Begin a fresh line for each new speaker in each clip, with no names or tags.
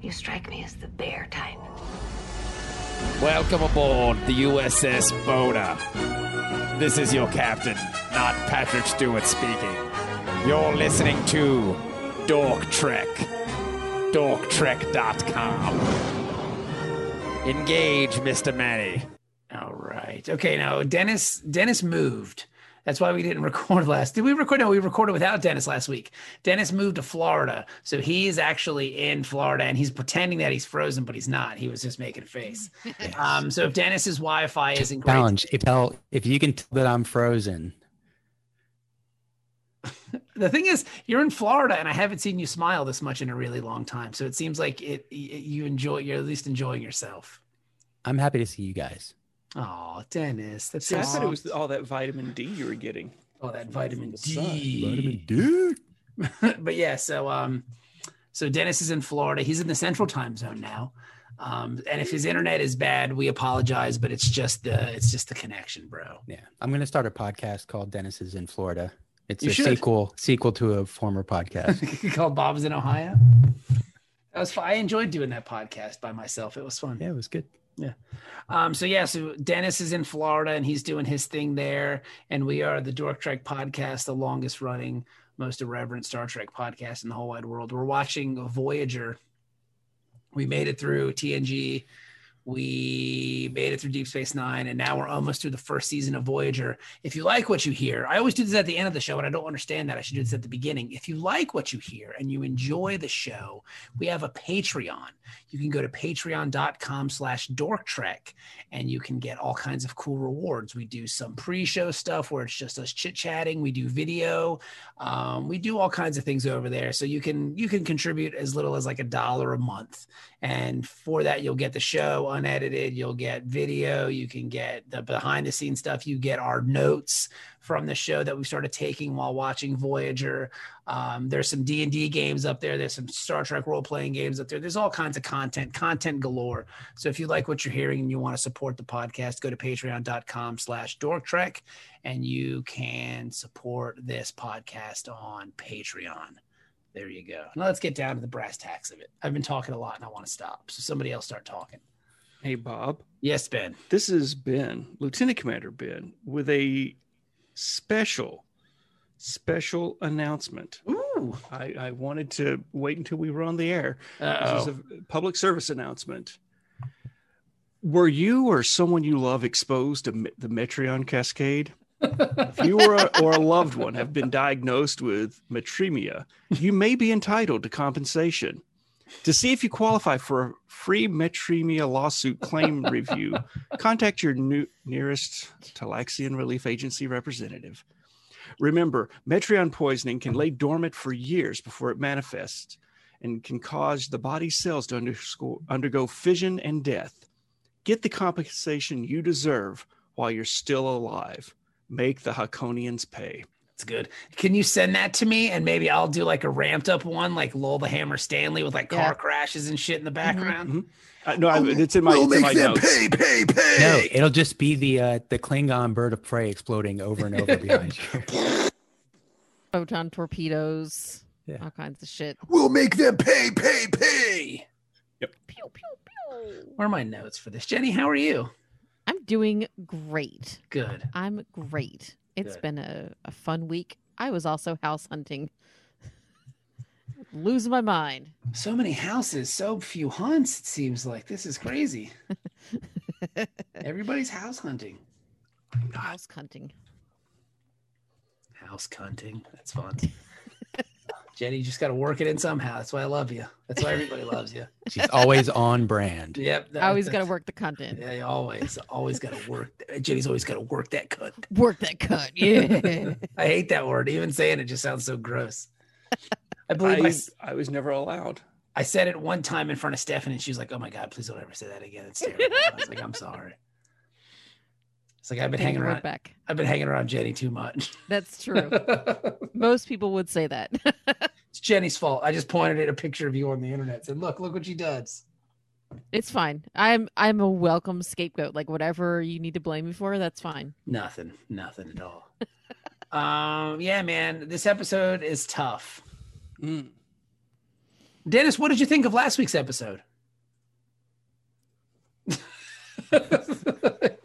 You strike me as the bear type.
Welcome aboard the USS Boda. This is your captain, not Patrick Stewart speaking. You're listening to Dork Trek. DorkTrek.com. Engage, Mr. Manny.
All right. Okay. Now Dennis. Dennis moved. That's why we didn't record last. Did we record? No, we recorded without Dennis last week. Dennis moved to Florida, so he is actually in Florida, and he's pretending that he's frozen, but he's not. He was just making a face. Um, so if Dennis's Wi-Fi isn't great,
Challenge. If tell if you can tell that I'm frozen.
the thing is, you're in Florida, and I haven't seen you smile this much in a really long time. So it seems like it, it you enjoy. You're at least enjoying yourself.
I'm happy to see you guys.
Oh, Dennis, that's
See, I thought it
soft.
was all that vitamin D you were getting.
Oh, that vitamin D.
D.
but yeah, so um, so Dennis is in Florida. He's in the Central Time Zone now. Um, and if his internet is bad, we apologize, but it's just the it's just the connection, bro.
Yeah, I'm gonna start a podcast called Dennis's in Florida. It's
You
a
should.
sequel sequel to a former podcast.
Called Bob's in Ohio. That was fun. I enjoyed doing that podcast by myself. It was fun.
yeah, it was good.
Um, so yeah, so Dennis is in Florida and he's doing his thing there, and we are the Dork Trek podcast, the longest running, most irreverent Star Trek podcast in the whole wide world. We're watching Voyager. We made it through TNG. We made it through Deep Space Nine, and now we're almost through the first season of Voyager. If you like what you hear, I always do this at the end of the show, and I don't understand that. I should do this at the beginning. If you like what you hear and you enjoy the show, we have a Patreon. You can go to patreon.com slash dork trek and you can get all kinds of cool rewards. We do some pre-show stuff where it's just us chit-chatting. We do video. Um, we do all kinds of things over there. So you can you can contribute as little as like a dollar a month, and for that you'll get the show unedited. You'll get video. You can get the behind-the-scenes stuff. You get our notes from the show that we started taking while watching Voyager. Um, there's some D and D games up there. There's some Star Trek role-playing games up there. There's all kinds of content, content galore. So if you like what you're hearing and you want to support the podcast, go to patreon.com slash dork trek and you can support this podcast on Patreon. There you go. Now let's get down to the brass tacks of it. I've been talking a lot and I want to stop. So somebody else start talking.
Hey, Bob.
Yes, Ben.
This is Ben, Lieutenant Commander Ben, with a special, special announcement.
Ooh.
I, I wanted to wait until we were on the air. This
Uh-oh.
is a public service announcement. Were you or someone you love exposed to me- the Metreon cascade? if you or a, or a loved one have been diagnosed with metremia, you may be entitled to compensation. To see if you qualify for a free metremia lawsuit claim review, contact your new, nearest Talaxian Relief Agency representative. Remember, Metreon poisoning can lay dormant for years before it manifests and can cause the body's cells to underscore, undergo fission and death. Get the compensation you deserve while you're still alive. Make the Hakonians pay.
That's good. Can you send that to me and maybe I'll do like a ramped up one like Lowell the Hammer Stanley with like car
Yeah.
crashes and shit in the
Mm-hmm.
background?
Mhm. Uh, no, I, it's in my, it's in my notes.
pay, pay.
No, it'll just be the uh, the Klingon bird of prey exploding over and over behind you.
Photon torpedoes,
Yeah.
all kinds of shit.
We'll make them pay, pay, pay.
Pew, pew, pew.
Where are my notes for this? Jenny, how are you?
I'm doing great.
Good.
I'm great. It's
Good.
been a, a fun week. I was also house hunting. Losing my mind.
So many houses, so few hunts, it seems like. This is crazy. Everybody's house hunting.
House hunting.
House hunting. That's fun. Jenny, you just got to work it in somehow. That's why I love you. That's why everybody loves you.
She's always on brand.
Yep. that-
I always got to
that's-
work the content.
Yeah, you always, always got to work. Jenny's always got to work that cunt.
Work that cut. Yeah.
I hate that word. Even saying it just sounds so gross. I believe I,
I,
s-
I was never allowed.
I said it one time in front of Stephanie, and she was like, "Oh my god, please don't ever say that again. It's terrible." I was like, "I'm sorry." It's like I've been hanging around.
back.
I've been hanging around Jenny too much.
That's true.
it's
Most people would say that.
Jenny's fault. I just pointed at a picture of you on the internet and said, look, look what she does.
it's fine. I'm I'm a welcome scapegoat. Like whatever you need to blame me for, that's fine.
Nothing, nothing at all. um, yeah, man, this episode is tough.
Mm.
Dennis, what did you think of last week's episode? it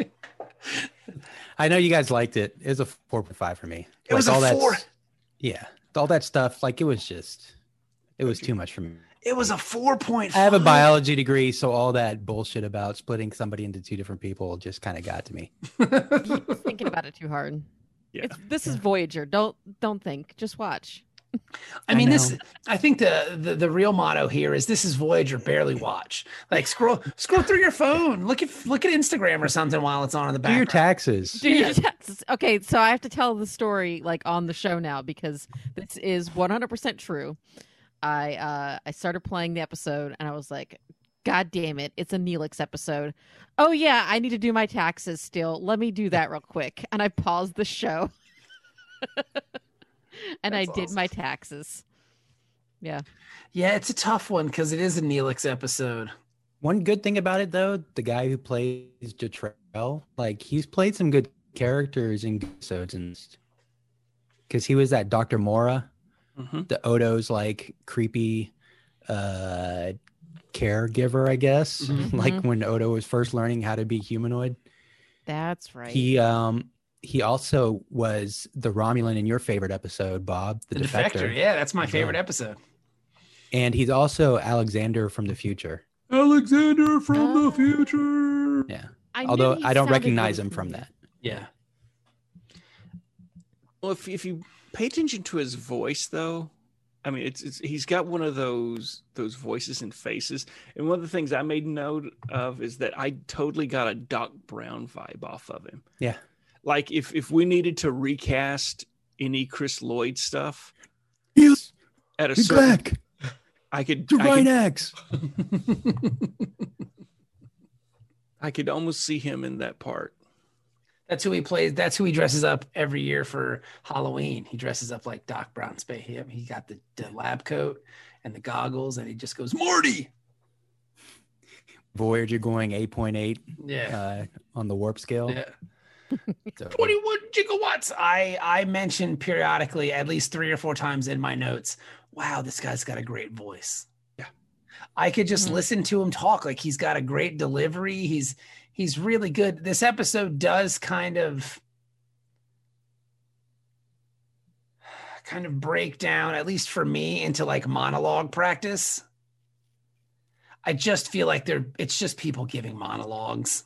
I know you guys liked it. It was a 4.5 for me. Like,
was a
that-
four.
Yeah. All that stuff. Like it was just, it was too much for me.
It was a four point.
I have a biology degree, so all that bullshit about splitting somebody into two different people just kind of got to me.
Thinking about it too hard.
Yeah.
It's, this is Voyager. Don't don't think. Just watch.
I
I
mean, this.
know.
I think the, the the real motto here is this is Voyager. Barely watch. Like scroll scroll through your phone. Look at look at Instagram or something while it's on in the
Do your
background.
taxes.
Do your taxes. Okay, so I have to tell the story like on the show now because this is 100% true. I uh I started playing the episode and I was like, God damn it, it's a Neelix episode. Oh yeah, I need to do my taxes still. Let me do that real quick. And I paused the show. and I
That's
did my
awesome.
taxes. Yeah.
yeah, it's a tough one because it is a Neelix episode.
One good thing about it, though, the guy who plays Jatrell, like he's played some good characters in good episodes, and because he was that Doctor Mora,
Mhm.
the Odo's like creepy uh caregiver, I guess.
Mhm.
Like when Odo was first learning how to be humanoid,
That's right.
he um he also was the Romulan in your favorite episode, Bob, the,
The,
defector, Uh-huh.
defector. Yeah, that's my
Yeah.
favorite episode.
and he's also Alexander from the future.
Alexander
from the
future.
Yeah,
I knew
although
he
I don't
sounded
recognize
really
him from
familiar.
that.
Yeah.
Well, if if you pay attention to his voice, though, I mean, it's, it's he's got one of those those voices and faces. And one of the things I made note of is that I totally got a Doc Brown vibe off of him.
Yeah.
Like if if we needed to recast any Chris Lloyd stuff
He's
at a certain,
back.
I could,
The
I
right
could
axe.
I could almost see him in that part.
That's who he plays. That's who he dresses up every year for Halloween. He dresses up like Doc Brown Spay. Him. He got the, the lab coat and the goggles, and he just goes Morty.
Voyager going 8.8
Yeah.
uh, on the warp scale.
yeah.
So-
21 gigawatts. I I mention periodically at least three or four times in my notes. Wow, this guy's got a great voice.
Yeah.
I could just
Mhm.
listen to him talk. Like he's got a great delivery. He's he's really good. This episode does kind of kind of break down, at least for me, into like monologue practice. I just feel like they're it's just people giving monologues.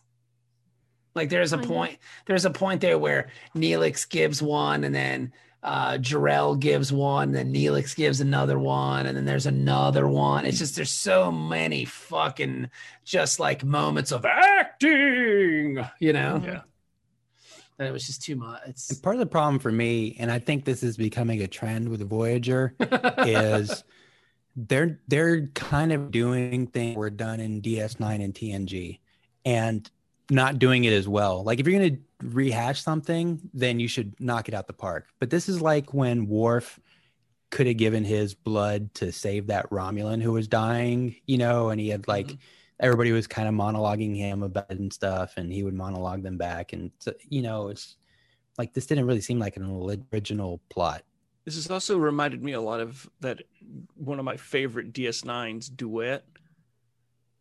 Like there's a
Kind of.
point, there's a point there where Neelix gives one and then uh Jarrell gives one, then Neelix gives another one, and then there's another one. It's just there's so many fucking just like moments of acting, you know?
Mhm. Yeah.
That it was just too much. It's
And part of the problem for me, and I think this is becoming a trend with Voyager, is they're they're kind of doing things were done in DS9 and TNG, and not doing it as well. Like if you're gonna rehash something, then you should knock it out the park. But this is like when Worf could have given his blood to save that Romulan who was dying, you know, and he had like everybody was kind of monologuing him about it and stuff, and he would monologue them back, and so, you know, it's like this didn't really seem like an original plot.
This has also reminded me a lot of that one of my favorite DS9's duet,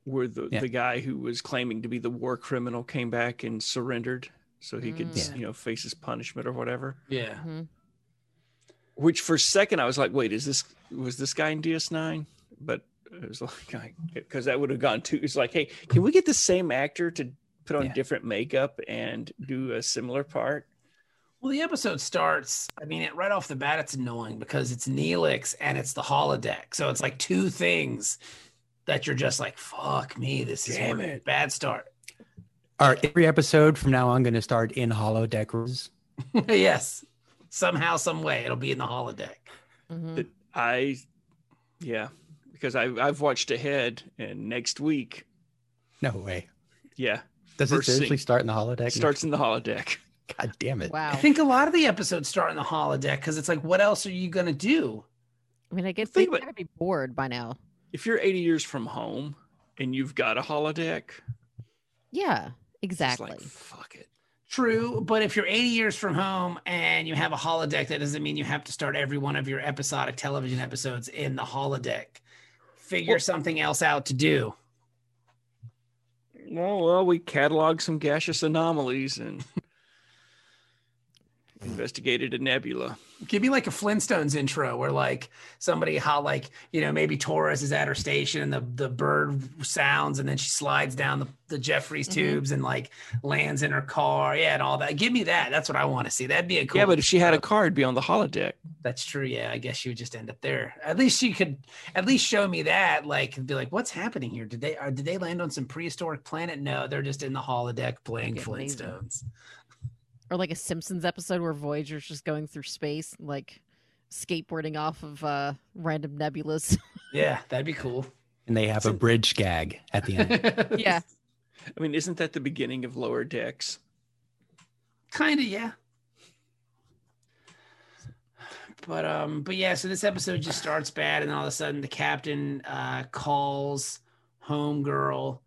where the,
Yeah.
the guy who was claiming to be the war criminal came back and surrendered so he could,
Mm.
you know, face his punishment or whatever.
yeah.
Mhm.
Which for a second I was like, wait, is this was this guy in DS9? But it was like because that would have gone too. It's like, hey, can we get the same actor to put on
Yeah.
different makeup and do a similar part?
Well, the episode starts. I mean, it, right off the bat, it's annoying because it's Neelix and it's the holodeck. So it's like two things that you're just like, fuck me, this is
Damn
a
it.
bad start.
All right, every episode from now on, going to start in holodeck rooms.
yes. Somehow, some way, it'll be in the holodeck.
Mhm.
It- I, yeah, because I I've watched ahead and next week,
No way.
yeah,
Does it
First
seriously
scene.
start in the holodeck?
it starts in the holodeck.
God damn it!
Wow.
I think a lot of the episodes start in the holodeck because it's like, what else are you going to do?
I mean, I guess
Think
they
about-
gotta be bored by now.
If you're 80 years from home and you've got a holodeck,
Yeah,
it's
exactly.
like fuck it.
True, but if you're 80 years from home and you have a holodeck, that doesn't mean you have to start every one of your episodic television episodes in the holodeck. figure something else out to do.
Well, well, we cataloged some gaseous anomalies and investigated a nebula.
Give me like a Flintstones intro where like somebody how like you know maybe Torres is at her station and the the bird sounds and then she slides down the, the Jeffries
Mhm.
tubes and like lands in her car, yeah, and all that. Give me that. That's what I want to see. That'd be a cool.
Yeah, but if she had a
Uh,
car, it'd be on the holodeck.
That's true. Yeah, I guess you would just end up there. At least you could, at least show me that. Like, and be like, what's happening here? Did they are, did they land on some prehistoric planet? No, they're just in the holodeck playing
That'd be amazing.
Flintstones.
or like a Simpsons episode where Voyager's just going through space, like skateboarding off of uh, random nebulas.
Yeah, that'd be cool.
and they have a bridge gag at the end.
yeah,
I mean, isn't that the beginning of lower decks?
kind of yeah. But um, but yeah. So this episode just starts bad, and all of a sudden the captain uh, calls homegirl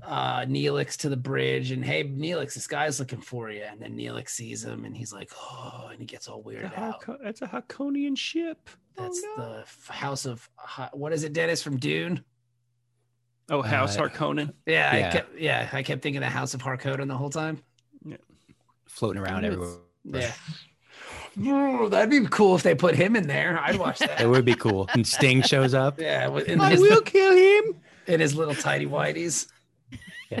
uh Neelix to the bridge and hey Neelix this guy's looking for you and then Neelix sees him and he's like oh and he gets all
The
weirded out
Harco- That's a Harconian ship.
That's
oh,
the f- House of Hi- what is it, Dennis from Dune?
the oh House
Uh,
Harkonnen.
Yeah, I
Yeah.
kept yeah, I kept thinking the House of Harkonnen the whole time.
floating around
Yes.
everywhere.
Yeah, Ooh, that'd be cool if they put him in there. I'd watch
It
that.
would be cool. And Sting shows up.
yeah, with- in
I
his,
will kill him.
in his little tidy whities.
Yeah.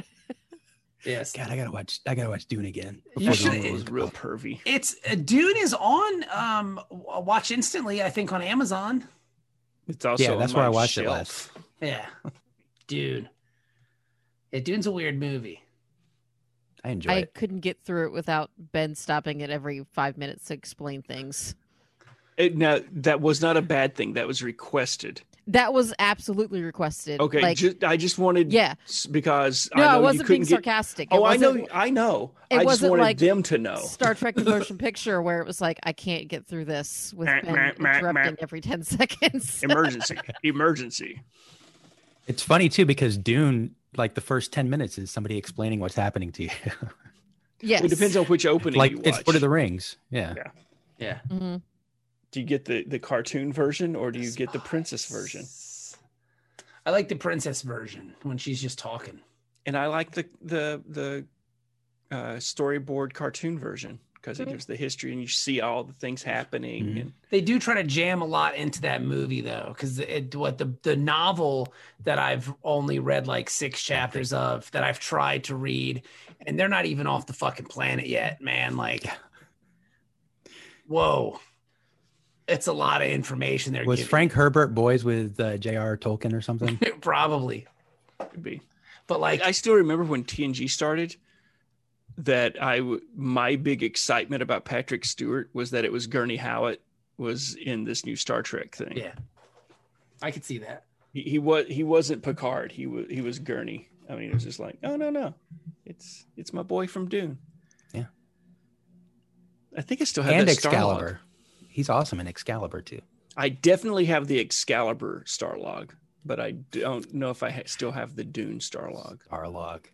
Yes,
God, I gotta watch. I gotta watch Dune again.
You
before
should-
the
It
rules
was real pervy.
it's uh, Dune is on um w- Watch Instantly, I think on Amazon.
It's also
Yeah,
on
that's where I
my
watched it
shelf.
last.
Yeah, Dune. Yeah, Dune's a weird movie.
I enjoy
I
it.
couldn't get through it without Ben stopping at every five minutes to explain things.
It, now that was not a bad thing. That was requested.
That was absolutely requested.
Okay,
like,
ju- I just wanted
yeah,
s- because
no,
I
I
know you
wasn't being
couldn't get.
sarcastic. It
Oh, I know, oh.
wasn't
I know.
it
I just
wasn't
wanted
like-
them to know.
Star Trek: The Motion Picture, where it was like, I can't get through this with
Meh,
Ben
meh, meh,
interrupting every ten seconds.
Emergency, emergency.
It's funny too because Dune, like the first ten minutes, is somebody explaining what's happening to you.
yes,
It depends on which opening.
like
you
it's
watch.
Lord of the Rings. Yeah.
Yeah.
Yeah,
hmm
do you get the the cartoon version or do you get the princess version?
I like the princess version when she's just talking.
And I like the the the uh, storyboard cartoon version because
Mm-hmm.
it gives the history and you see all the things happening.
Mhm.
And
They do try to jam a lot into that movie though, because it what the the novel that I've only read like six chapters of that I've tried to read, and they're not even off the fucking planet yet, man. Like, whoa, it's a lot of information there.
Was Frank Herbert boys with uh, J.R. Tolkien or something?
probably?
it'd be.
But
Like
like,
I still remember when TNG started. That I w- my big excitement about Patrick Stewart was that it was Gurney Howitt was in this new Star Trek thing.
yeah, I could see that.
he, he was he wasn't Picard. He was he was Gurney. I mean, it was just like, oh no no, it's it's my boy from Dune.
Yeah.
I think I still have
and
that Uh, Starlog.
Excalibur. He's awesome in Excalibur too.
I definitely have the Excalibur Starlog, but I don't know if I ha- still have the Dune Starlog.
Starlog.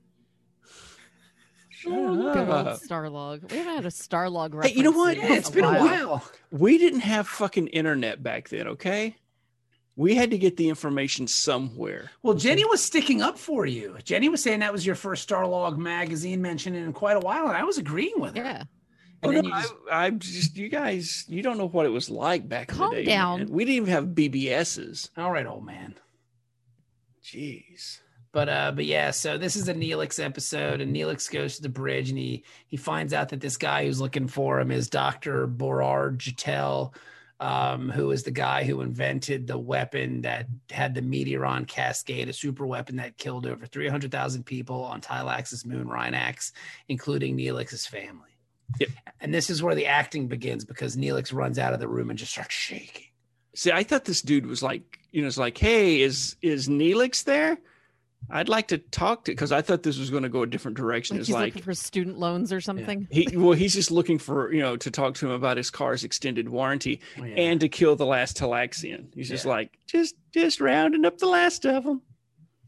Shut
Good old
up.
Starlog. We haven't had a Starlog reference.
Hey, you know what?
in
Yeah, it's been a while.
We didn't have fucking internet back then, okay? We had to get the information somewhere.
Well, Jenny was sticking up for you. Jenny was saying that was your first Starlog magazine mention in quite a while, and I was agreeing with her.
Yeah.
Oh,
And
no,
then you
I,
just-
I just you guys, you don't know what it was like back
Calm
in the day.
down.
man. We didn't even have BBSs.
all right, old man.
Jeez.
But uh, but yeah, so this is a Neelix episode, and Neelix goes to the bridge, and he he finds out that this guy who's looking for him is Doctor Borard Jatel, um, who is the guy who invented the weapon that had the Meteoron Cascade, a super weapon that killed over three hundred thousand people on Tylax's moon Rhinax, including Neelix's family.
Yep.
And this is where the acting begins because Neelix runs out of the room and just starts shaking.
See, I thought this dude was like, you know, it's like, hey, is is Neelix there? I'd like to talk to because I thought this was going to go a different direction.
Like
It's
he's
like
looking for student loans or something.
he well, he's just looking for you know to talk to him about his car's extended warranty
Yeah.
and to kill the last Talaxian. He's just
Yeah.
like, just just rounding up the last of them.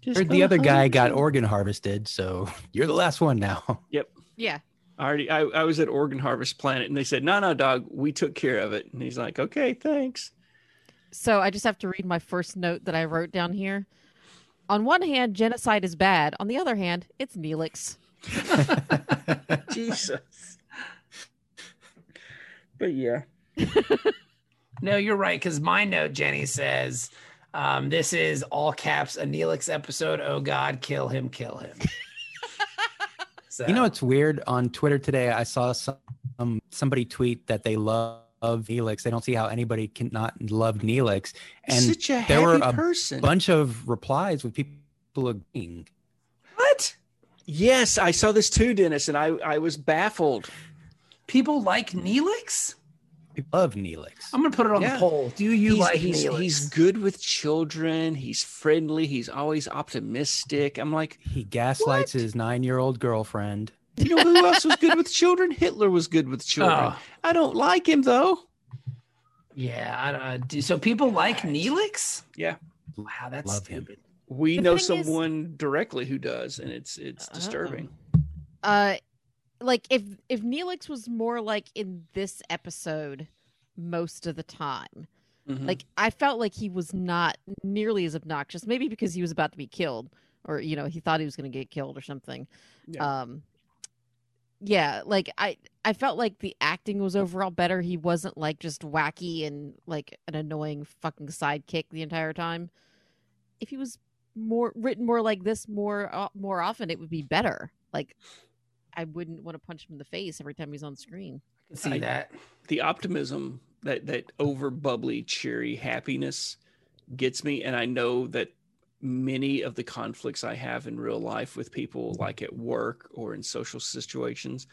Just
Heard the other guy got
organ.
organ harvested, so you're the last one now.
Yeah.
I already I, I was at Organ Harvest Planet and they said, No, no, dog, we took care of it. And he's like, Okay, thanks.
So I just have to read my first note that I wrote down here. On one hand, genocide is bad. On the other hand, it's Neelix.
Jesus. But yeah.
No, you're right. Because my note, Jenny says, um, this is all caps a Neelix episode. Oh God, kill him, kill him. so,
You know, it's weird. On Twitter today, I saw some um, somebody tweet that they love Neelix. They don't see how anybody can not love Neelix. And
Such a happy
there were a
person.
a bunch of replies with people agreeing.
what?
yes, I saw this too, Dennis, and I, I was baffled.
People like Neelix?
People love Neelix.
Um,
I'm gonna put it on
Yeah.
the poll. Do you
he's,
like
he's,
Neelix?
he's good with children. He's friendly. He's always optimistic. I'm like,
He gaslights
What?
his nine-year-old girlfriend.
you know who else was good with children? Hitler was good with children.
Oh.
I don't like him though.
Yeah, I, don't- I do. So people like Neelix?
Yeah.
Wow, that's
Love him.
stupid.
We
The
know
thing is- Oh.
someone directly who does, and it's it's disturbing.
Uh, like if if Neelix was more like in this episode most of the time.
Mhm.
Like I felt like he was not nearly as obnoxious, maybe because he was about to be killed or you know, he thought he was going to get killed or something.
Yeah.
Um yeah, like I I felt like the acting was overall better. He wasn't like just wacky and like an annoying fucking sidekick the entire time. If he was more written more like this more o- more often, it would be better. Like I wouldn't want to punch him in the face every time he's on screen.
I can see
I-
that.
the optimism that that over bubbly cheery happiness gets me and i know that many of the conflicts i have in real life with people like at work or in social situations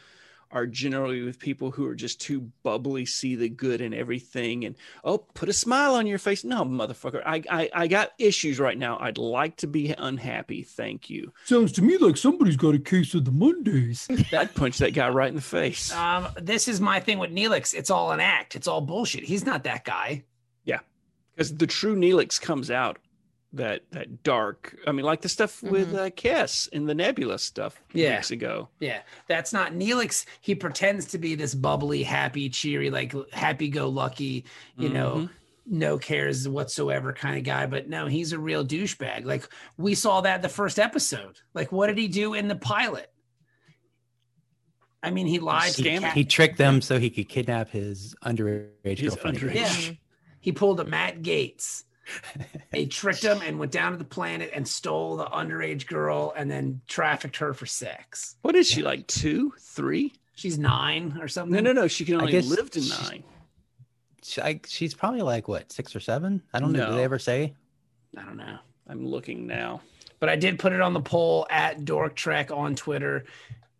are generally with people who are just too bubbly see the good in everything and oh put a smile on your face no motherfucker i i, I got issues right now i'd like to be unhappy thank you
Sounds to me like somebody's got a case of the Mondays.
i'd punch that guy right in the face
Um, this is my thing with Neelix. It's all an act. It's all bullshit. He's not that guy.
because the true Neelix comes out that that dark. I mean, like the stuff
Mm-hmm.
with uh, Kiss and the Nebula stuff
Yeah.
weeks ago.
Yeah, that's not Neelix. He pretends to be this bubbly, happy, cheery, like happy-go-lucky, you
Mm-hmm.
know, no cares whatsoever kind of guy. But no, he's a real douchebag. Like we saw that the first episode. Like, what did he do in the pilot? I mean, he lied to the
Scam-
cat.
He tricked them so he could kidnap his underage
His
girlfriend.
underage-
Yeah.
Mhm.
He pulled a Matt Gates. they tricked him and went down to the planet and stole the underage girl and then trafficked her for sex.
What is she like? Two, three?
She's nine or something.
No, no, no. She can
Mm. I
only
guess
live to
she's-
nine.
She- I, she's probably like what six or seven. I don't know. Do
No.
they ever say?
I don't know.
I'm looking now.
But I did put it on the poll at Dork Trek on Twitter.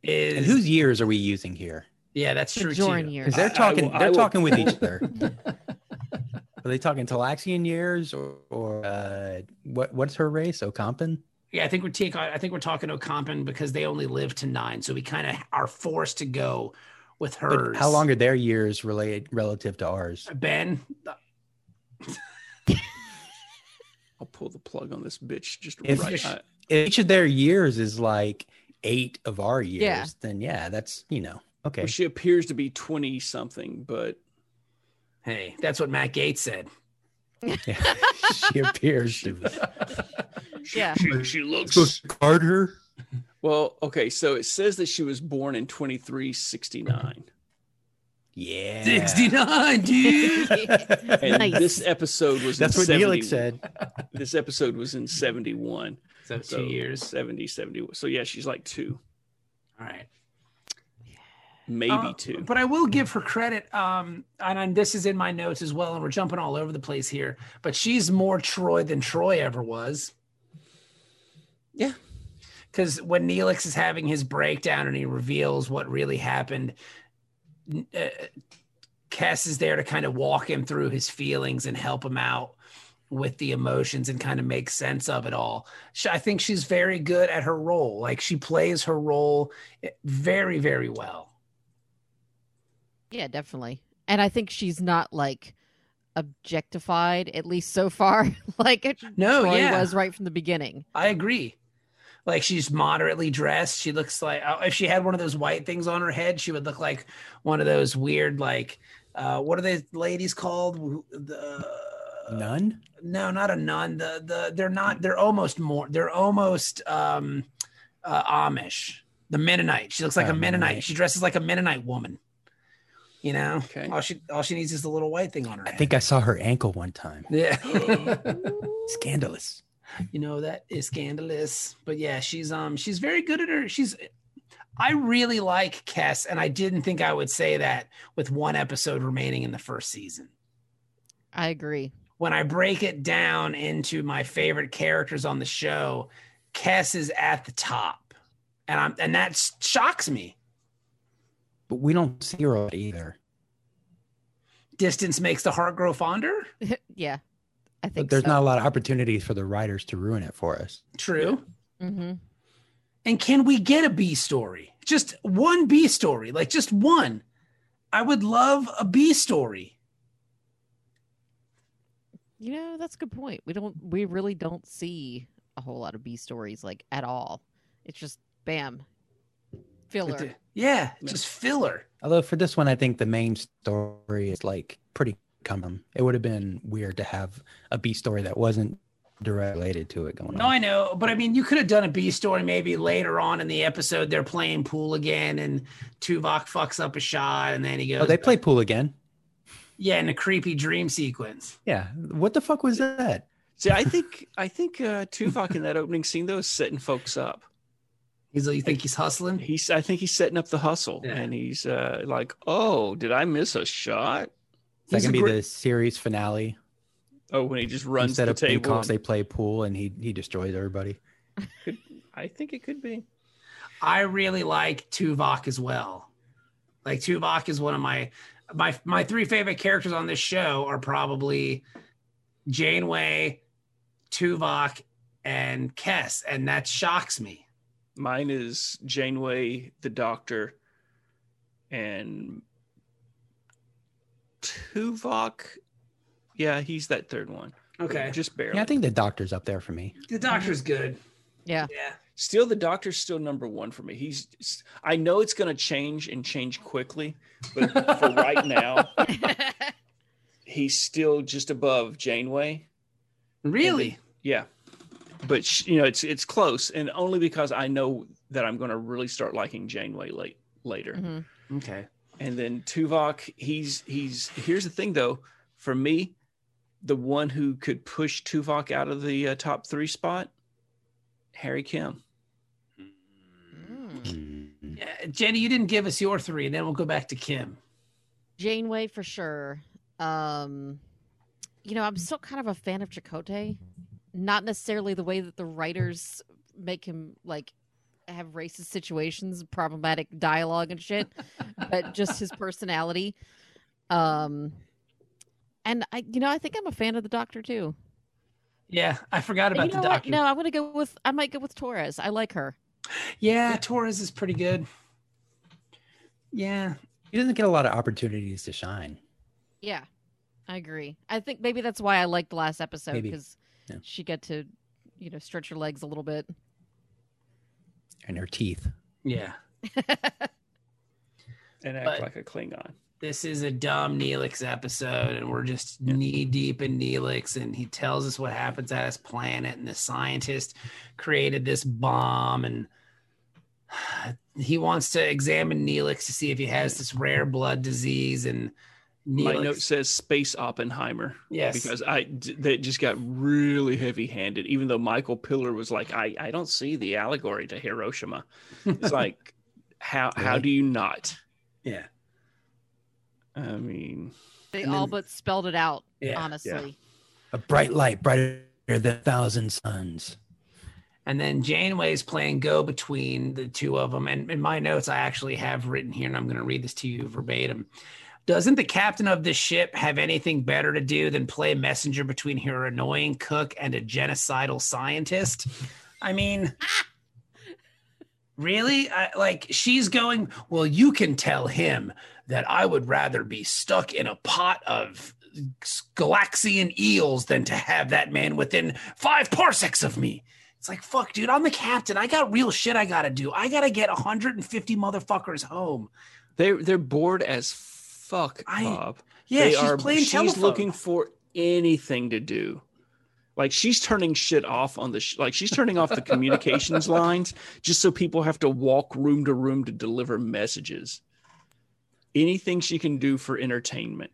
And
Is
whose years are we using here?
yeah, that's true
Bajoran
too.
years.
Because
I-
they're
I
talking.
will- I
they're
will-
talking with each other. Are they talking Talaxian years or, or uh, what? What's her race? Okampan.
Yeah, I think we're taking. I think we're talking Okampan because they only live to nine, so we kind of are forced to go with hers.
But how long are their years related relative to ours?
Ben?
I'll pull the plug on this bitch just
If-
right. Uh, I-
If each of their years is like eight of our years,
Yeah.
then yeah, that's you know okay.
well, she appears to be 20 something, but
Hey, that's what Matt Gates said.
Yeah. she appears to be.
Yeah.
she
Supposed to card her?
Well, okay. So it says that she was born in 2369.
Yeah.
nine, dude.
And
Nice.
this episode was
That's
in
what
71.
Neelix said.
This episode was in 71.
so two
So
years.
70, 70. So yeah, she's like two,
All right.
maybe
Uh,
two.
But I will give her credit. Um, and, and this is in my notes as well. And we're jumping all over the place here. But she's more Troy than Troy ever was.
Yeah.
Because when Neelix is having his breakdown and he reveals what really happened, n- uh, Cass is there to kind of walk him through his feelings and help him out with the emotions and kind of make sense of it all. She, I think she's very good at her role. Like she plays her role eh, very, very well.
Yeah, definitely. And I think she's not like objectified, at least so far, like
No,
Troy
yeah,
was right from the beginning.
I agree. Like she's moderately dressed. She looks like uh, if she had one of those white things on her head, she would look like one of those weird like uh, what are they ladies called? Who- The
None?
no not a nun the the they're not they're almost more they're almost um uh, amish the mennonite she looks like
Oh,
a mennonite
Mennonite.
she dresses like a mennonite woman you know
Okay.
all she all she needs is the little white thing on her
I
head.
think I saw her ankle one time.
yeah
Scandalous.
you know that is scandalous but yeah she's um she's very good at her she's i really like kess and i didn't think i would say that with one episode remaining in the first season
I agree.
when I break it down into my favorite characters on the show, Kess is at the top, and I'm and that s- shocks me.
But we don't see her a lot either.
Distance makes the heart grow fonder.
yeah, I
But
think
there's
so.
not a lot of opportunities for the writers to ruin it for us.
True.
Mm-hmm.
And can we get a B story? Just one B story, like just one. I would love a B story.
You know, that's a good point. We don't. We really don't see a whole lot of B stories like at all. It's just bam, filler.
Yeah, just filler.
Although for this one, I think the main story is like pretty common. It would have been weird to have a B story that wasn't directly related to it going
No,
on.
I know, but I mean, you could have done a B story maybe later on in the episode. They're playing pool again, and Tuvok fucks up a shot, and then he goes.
Oh, they play pool again.
Yeah, in a creepy dream sequence.
Yeah. What the fuck was that?
See, I think I think uh, Tuvok in that opening scene though is setting folks up.
He's like, you think he's hustling?
He's I think he's setting up the hustle,
Yeah.
and he's uh, like, "Oh, did I miss a shot?"
Is that
He's
gonna
a
be
great-
the series finale?
Oh, when he just runs
Instead
the
of table.
table.
they play pool and he he destroys everybody.
I think it could be.
I really like Tuvok as well. Like Tuvok is one of my my my three favorite characters on this show are probably Janeway, Tuvok, and Kess, and that shocks me.
Mine is Janeway, the Doctor, and Tuvok. Yeah, he's that third one.
Okay,
just barely.
Yeah, I think the doctor's up there for me.
the Doctor's good.
Yeah.
Yeah,
still, the Doctor's still number one for me. He's. I know it's going to change and change quickly, but for right now,
Mm-hmm.
he's still just above Janeway.
really.
Yeah, but sh- you know, it's it's close, and only because I know that I'm going to really start liking Janeway late later.
Mm-hmm.
hmm
Okay,
And then Tuvok, he's he's here's the thing though, for me, the one who could push Tuvok out of the uh, top three spot, Harry Kim.
Mm.
Hmm.
yeah, Jenny, you didn't give us your three, and then we'll go back to Kim.
Janeway for sure. Um, you know, I'm still kind of a fan of Chakotay. Not necessarily the way that the writers make him like have racist situations, problematic dialogue and shit, but just his personality. Um, and I, you know, I think I'm a fan of the Doctor too.
Yeah, I forgot
And
about
you know
the
what?
Doctor.
No, I'm gonna go with. I might go with Torres. I like her.
Yeah, Torres is pretty good. Yeah.
He doesn't get a lot of opportunities to shine.
Yeah, I agree. I think maybe that's why I liked the last episode
Maybe.
because
Yeah.
she got to, you know, stretch her legs a little bit.
And her teeth.
Yeah.
And act
But-
like a Klingon.
This is a dumb Neelix episode, and we're just knee deep in Neelix, and he tells us what happens at his planet, and the scientist created this bomb, and he wants to examine Neelix to see if he has this rare blood disease, and
My note
Neelix,
says Space Oppenheimer
yes,
because I d- that just got really heavy handed. Even though Michael Pillar was like, I I don't see the allegory to Hiroshima. It's like, how how
Really?
do you not?
yeah,
I mean,
They
And
all
then-
but spelled it out,
yeah.
honestly.
A bright light, brighter than a thousand suns.
And then Janeway's playing go between the two of them. And in my notes, I actually have written here, and I'm going to read this to you verbatim. Doesn't the captain of this ship have anything better to do than play messenger between her annoying cook and a genocidal scientist? I mean, really? I, like, she's going, Well, you can tell him that I would rather be stuck in a pot of galaxian eels than to have that man within five parsecs of me. It's like, fuck, dude, I'm the captain. I got real shit I gotta do. I gotta get 150 motherfuckers home.
They're they're bored as fuck,
I-
Bob.
Yeah,
They
she's
are-
playing
she's
telephone.
looking for anything to do. Like she's turning shit off on the sh- like she's turning off the communications lines just so people have to walk room to room to deliver messages. Anything she can do for entertainment.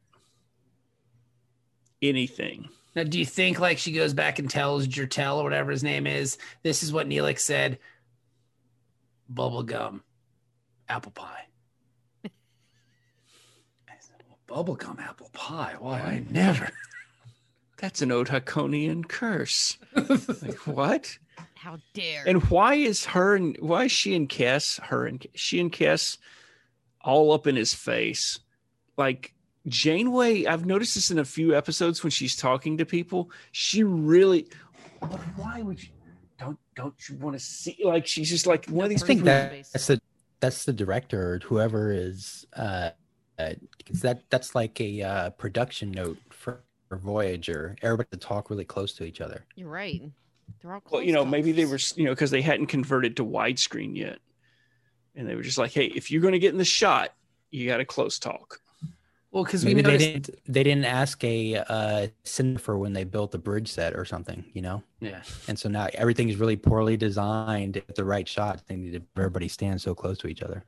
Anything.
Now, do you think like she goes back and tells Jertel or whatever his name is, this is what Neelix said? Bubblegum, apple pie. I said, well, bubblegum, apple pie. Why? I never.
That's an old Hakonian curse. like what?
How dare.
And why is her and why is she and Cass her and she and Cass all up in his face? Like Janeway, I've noticed this in a few episodes when she's talking to people. She really, but why would you? Don't don't you want to see? Like she's just like one of
I
these
think
people.
that, that's the that's the director or whoever is uh, uh 'cause that that's like a uh, production note for, for Voyager. Everybody to talk really close to each other.
You're right. They're all
well, you know,
closed
maybe they were
offs.
you know because they hadn't converted to widescreen yet, and they were just like, hey, if you're going to get in the shot, you got to close talk.
Well, because we
Maybe they
noticed.
didn't they didn't ask a uh, cinder for when they built the bridge set or something, you know.
Yeah.
And so now everything is really poorly designed at the right shot. They need to everybody stand so close to each other.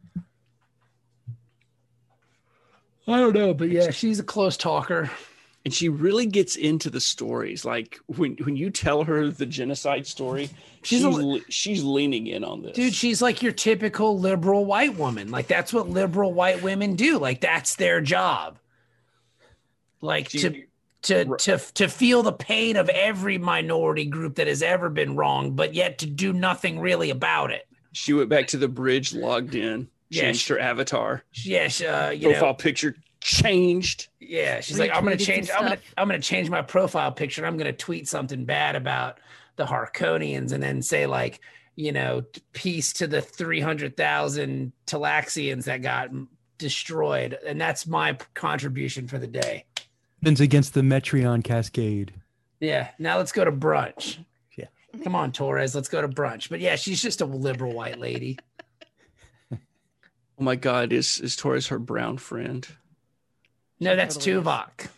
I don't know, but yeah, she's a close talker.
and she really gets into the stories like when when you tell her the genocide story
She's
she's
a
she's,
li-
le- she's leaning in on this
Dude, she's like your typical liberal white woman. Like that's what liberal white women do. Like that's their job. Like
She-
to to
Right.
to to feel the pain of every minority group that has ever been wrong, but yet to do nothing really about it.
she went back to the bridge logged in
Yeah,
changed her avatar
Yes, uh, you
profile
know,
picture changed
yeah. She's like, I'm gonna
Retweeted some
change. I'm gonna
stuff.
I'm gonna change my profile picture. and I'm gonna tweet something bad about the Harconians, and then say like, you know, peace to the three hundred thousand Talaxians that got m- destroyed, and that's my p- contribution for the day.
It's against the Metreon Cascade.
Yeah. Now let's go to brunch.
Yeah.
Come on, Torres. Let's go to brunch. But yeah, she's just a liberal white lady.
oh my god is is torres her brown friend
No, that's
Totally is.
Tuvok.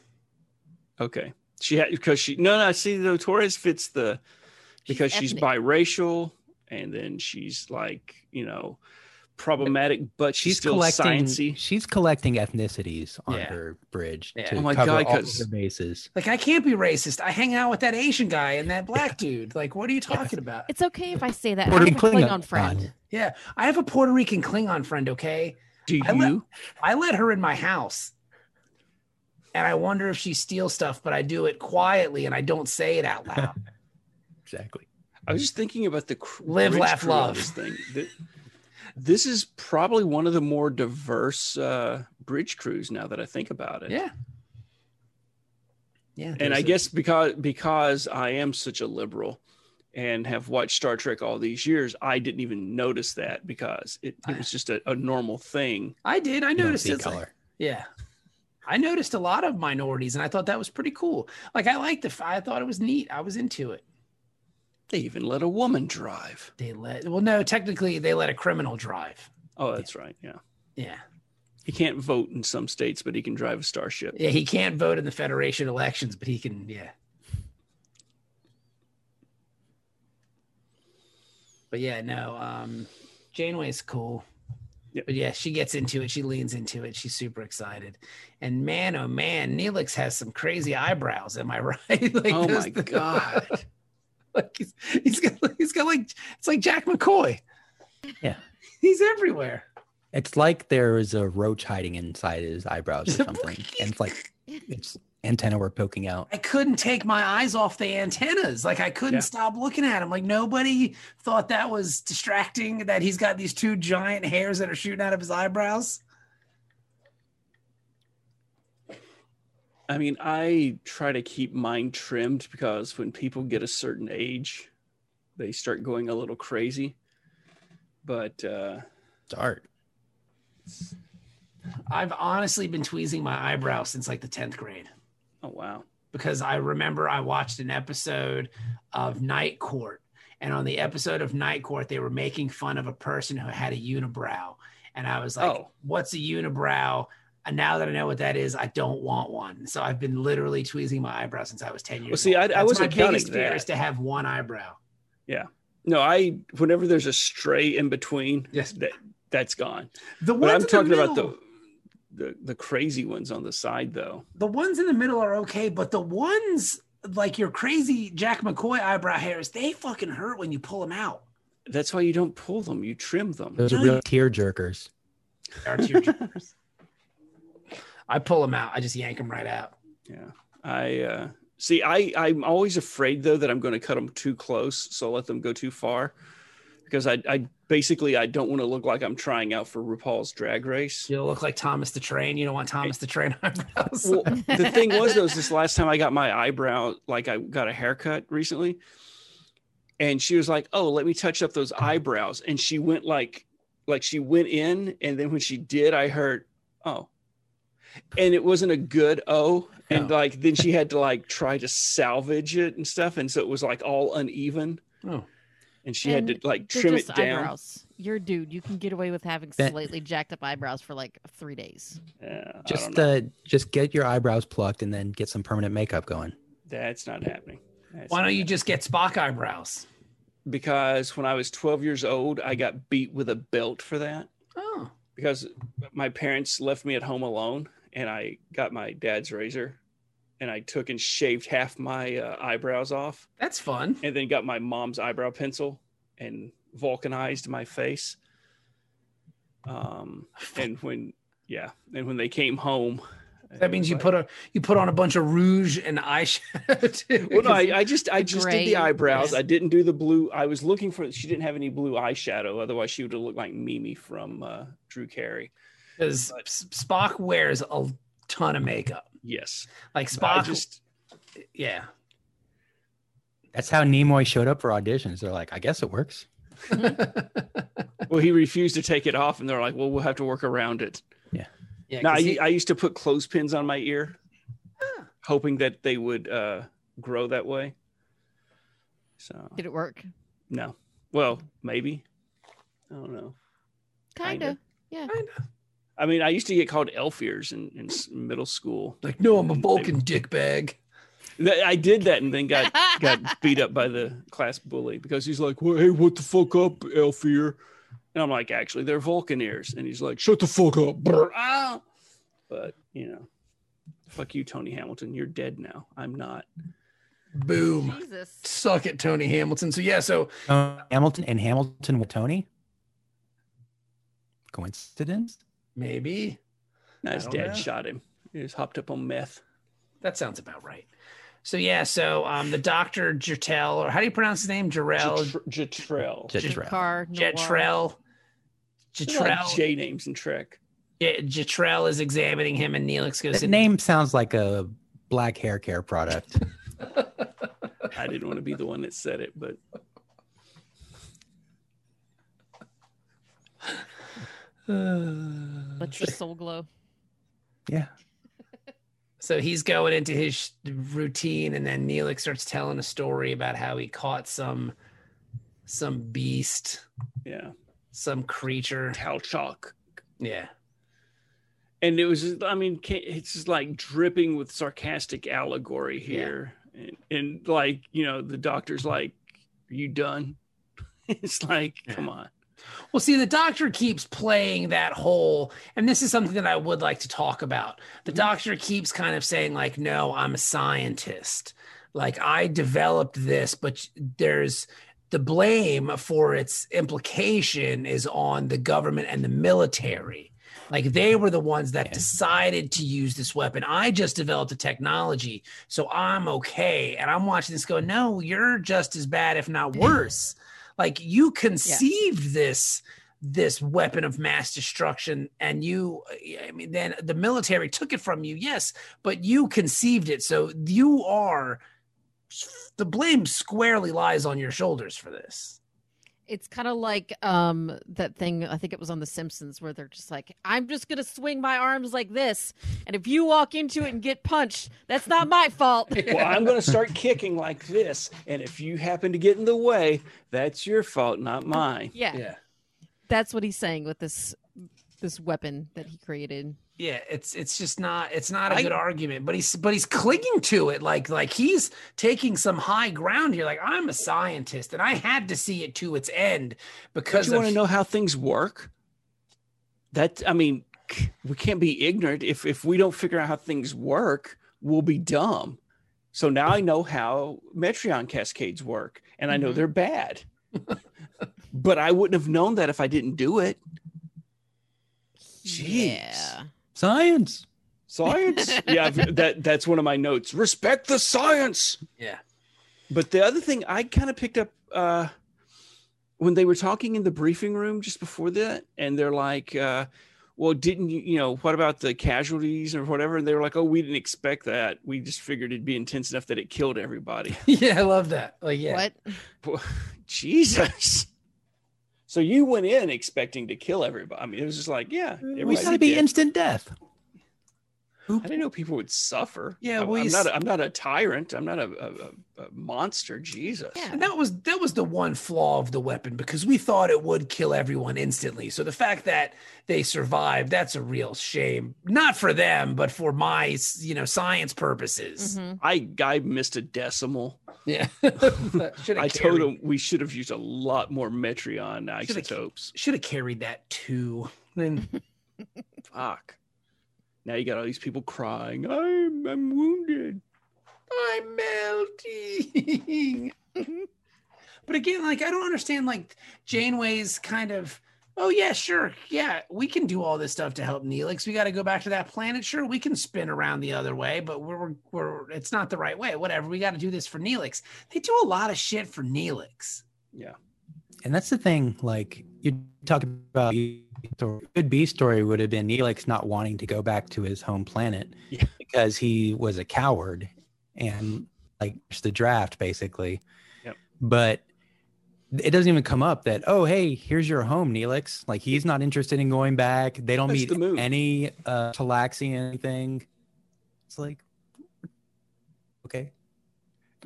okay she had because she no no see though torres fits the because she's,
ethnic.
biracial and then she's like you know problematic but she's,
She's
still
collecting.
sciencey
She's collecting ethnicities on
Yeah.
her bridge
Yeah.
to
Oh my
cover
God,
all of
'cause-
the bases.
Like I can't be racist. I hang out with that Asian guy and that black dude. Like, what are you talking about?
It's okay if I say that. I'm
Puerto
a
Rican
Klingon
Klingon.
friend.
Yeah, I have a Puerto Rican Klingon friend. Okay,
do
I let-
you
I let her in my house, and I wonder if she steals stuff. But I do it quietly, and I don't say it out loud.
Exactly.
I was just thinking about the cr-
Live,
bridge
laugh,
crew on
love.
This thing. Th- This is probably one of the more diverse uh, bridge crews now that I think about it.
yeah, yeah.
and
there's
I
a-
guess because because I am such a liberal and have watched Star Trek all these years, I didn't even notice that because it, it was just a, a normal thing.
I did. I
You don't
noticed
see
it. It's like-
color.
Yeah. I noticed a lot of minorities and I thought that was pretty cool. Like I liked the f- I thought it was neat. I was into it.
They even let a woman drive.
They let well no, technically they let a criminal drive.
Oh, that's right. Yeah.
Yeah.
He can't vote in some states, but he can drive a starship.
Yeah, he can't vote in the federation elections, but he can yeah. But yeah, no. Um Janeway's cool.
Yep.
But yeah, she gets into it. She leans into it. She's super excited. And man, oh man, Neelix has some crazy eyebrows. Am I right? like
oh
those-
my God.
Like he's, he's got he's got like it's like Jack McCoy.
Yeah.
He's everywhere.
It's like there is a roach hiding inside his eyebrows or something, and it's like its antenna were poking out.
I couldn't take my eyes off the antennas. Like I couldn't
Yeah.
stop looking at him. Like nobody thought that was distracting that he's got these two giant hairs that are shooting out of his eyebrows.
I mean, I try to keep mine trimmed because when people get a certain age, they start going a little crazy. But uh,
It's art.
I've honestly been tweezing my eyebrows since like the 10th grade.
oh wow,
because I remember I watched an episode of Night Court. And on the episode of Night Court, they were making fun of a person who had a unibrow. And I was like,
Oh.
what's a unibrow? And now that I know what that is, I don't want one. So I've been literally tweezing my eyebrow since I was 10 years
Well, see,
old.
I- I
That's
wasn't
my
counting
biggest fear
that.
is to have one eyebrow.
No, I whenever there's a stray in between,
Yes.
that that's gone.
The
But
ones
I'm
in
talking
the
about
middle-
the, the the crazy ones on the side though.
the ones in the middle are okay, but the ones like your crazy Jack McCoy eyebrow hairs, they fucking hurt when you pull them out.
That's why you don't pull them, you trim them.
Those are real tear jerkers.
They are tearjerkers. I pull them out. I just yank them right out.
Yeah. I uh see I I'm always afraid though that I'm going to cut them too close, so let them go too far because I I basically I don't want to look like I'm trying out for RuPaul's drag race.
You'll look like Thomas the Train. You don't want Thomas the Train eyebrows.
Well, the thing was though, is this last time I got my eyebrow, like I got a haircut recently, and she was like, "Oh, let me touch up those eyebrows," and she went like, like she went in, and then when she did, I heard, "Oh," and it wasn't a good "oh," and
No.
like then she had to like try to salvage it and stuff, and so it was like all uneven,
Oh.
and she had
And
to like
They're
trim it
just
down.
eyebrows. You're a dude. You can get away with having
That-
slightly jacked up eyebrows for like three days.
Yeah, I don't
Just
know.
uh, just get your eyebrows plucked and then get some permanent makeup going.
that's not happening. That's
Why
not
don't you just get Spock eyebrows?
because when I was 12 years old, I got beat with a belt for that
Oh,
because my parents left me at home alone and I got my dad's razor and I took and shaved half my uh, eyebrows off
that's fun.
and then got my mom's eyebrow pencil and vulcanized my face. Um, and when, yeah, and when they came home,
That means you put a you put on a bunch of rouge and eyeshadow. Too.
Well, no, I, I just I
The
just did
gray,
the eyebrows.
yes.
I didn't do the blue. I was looking for. She didn't have any blue eyeshadow. Otherwise, she would have looked like Mimi from uh, Drew Carey.
because Spock wears a ton of makeup.
Yes,
Like
But I
Spock,
just
yeah.
That's how Nimoy showed up for auditions. They're like, I guess it works.
well, he refused to take it off, and they're like, "Well, we'll have to work around it."
Yeah,
Now, I,
'cause he- Ah.
I used to put clothespins on my ear, hoping that they would uh, grow that way. So
Did it work?
no, well, maybe. I don't know. Kinda.
Kinda.
I mean, I used to get called elf ears in, in s- middle school.
like, no, I'm a Vulcan dick bag.
That- I did that and then got got beat up by the class bully because he's like, well, "Hey, what the fuck up, elf ear?" And I'm like, "Actually, they're Vulcan ears." And he's like, "Shut the fuck up." brr, ah." But you know, fuck you, Tony Hamilton. You're dead now. I'm not.
Boom.
Jesus.
Suck it, Tony Hamilton. So yeah, so
Uh, Hamilton and Hamilton with Tony. Coincidence?
maybe
Now his
I don't
dad
know.
shot him. He was hopped up on meth.
that sounds about right. So yeah, so um, the doctor Jertel, or how do you pronounce his name? Jarrell,
Jatr- Jatrell.
Just
Your
right.
car, noir.
Jetrell,
They're like
Jetrell,
J names and Trek.
Je- Jetrell is examining him, and Neelix goes,
The name sounds like a black hair care product.
I didn't want to be the one that said it, but
Uh,
Let your soul glow.
yeah.
So he's going into his sh- routine, and then Neelix starts telling a story about how he caught some some beast,
yeah,
some creature.
Talchok.
Yeah,
and it was just- i mean ca- it's just like dripping with sarcastic allegory here and, and like you know the doctor's like are you done it's like come on
Well, see, the doctor keeps playing that whole, and this is something that I would like to talk about. The doctor keeps kind of saying, like, no, I'm a scientist. Like, I developed this, but there's the blame for its implication is on the government and the military. Like, they were the ones that decided to use this weapon. I just developed the technology, so I'm okay. And I'm watching this go, no, you're just as bad, if not worse like you conceived this this weapon of mass destruction and you i mean then the military took it from you yes but you conceived it so you are the blame squarely lies on your shoulders for this
It's kind of like um that thing I think it was on The Simpsons where they're just like, I'm just gonna swing my arms like this, and if you walk into it and get punched, that's not my fault.
well i'm going to start kicking like this and if you happen to get in the way that's your fault not mine
yeah,
yeah
that's what he's saying with this this weapon that he created.
yeah, it's it's just not it's not a
I-
good argument. But he's but he's clinging to it like like he's taking some high ground here. Like I'm a scientist and I had to see it to its end
Do
because
you
of,
want to know how things work? That I mean, we can't be ignorant. If if we don't figure out how things work, we'll be dumb. So now I know how Metreon cascades work, and I know
Mm-hmm.
Mhm.
they're bad. but I wouldn't have known that if I didn't do it. Jeez.
Yeah.
Science.
Science. yeah, I've- that that's one of my notes. Respect the science.
yeah.
But the other thing I kind of picked up uh, when they were talking in the briefing room just before that, and they're like, uh, "Well, didn't you? You know, what about the casualties or whatever?" And they were like, "Oh, we didn't expect that. We just figured it'd be intense enough that it killed everybody."
Yeah, I love that. Like yeah.
What?
Jesus. So you went in expecting to kill everybody. I mean, it was just like, yeah,
Mm, we
everybody's
gotta be
dead.
instant death.
I didn't know people would suffer.
Yeah,
I'm,
well,
I'm
you s-
not. A, I'm not a tyrant. I'm not a, a- a, a monster. Jesus.
Yeah.
And that was that was the one flaw of the weapon because we thought it would kill everyone instantly. So the fact that they survived, that's a real shame. Not for them, but for my, you know, science purposes.
Mhm.
I I missed a decimal.
Yeah. should
I told him we should have used a lot more Metreon
Should've-
isotopes.
should have carried that too. Then
Fuck. Now you got all these people crying. I'm I'm wounded.
I'm melting. but again, like I don't understand like Janeway's kind of oh yeah, sure. Yeah, we can do all this stuff to help Neelix. We got to go back to that planet. Sure, we can spin around the other way, but we're, we're, we're it's not the right way. Whatever. We got to do this for Neelix. They do a lot of shit for Neelix.
And that's the thing, like you talk about a good B story would have been Neelix not wanting to go back to his home planet
Yeah.
because he was a coward and like it's the draft basically.
Yep.
But it doesn't even come up that, oh hey, here's your home, Neelix. Like he's not interested in going back. They don't
That's
meet
the move.
any uh Talaxian thing. It's like okay.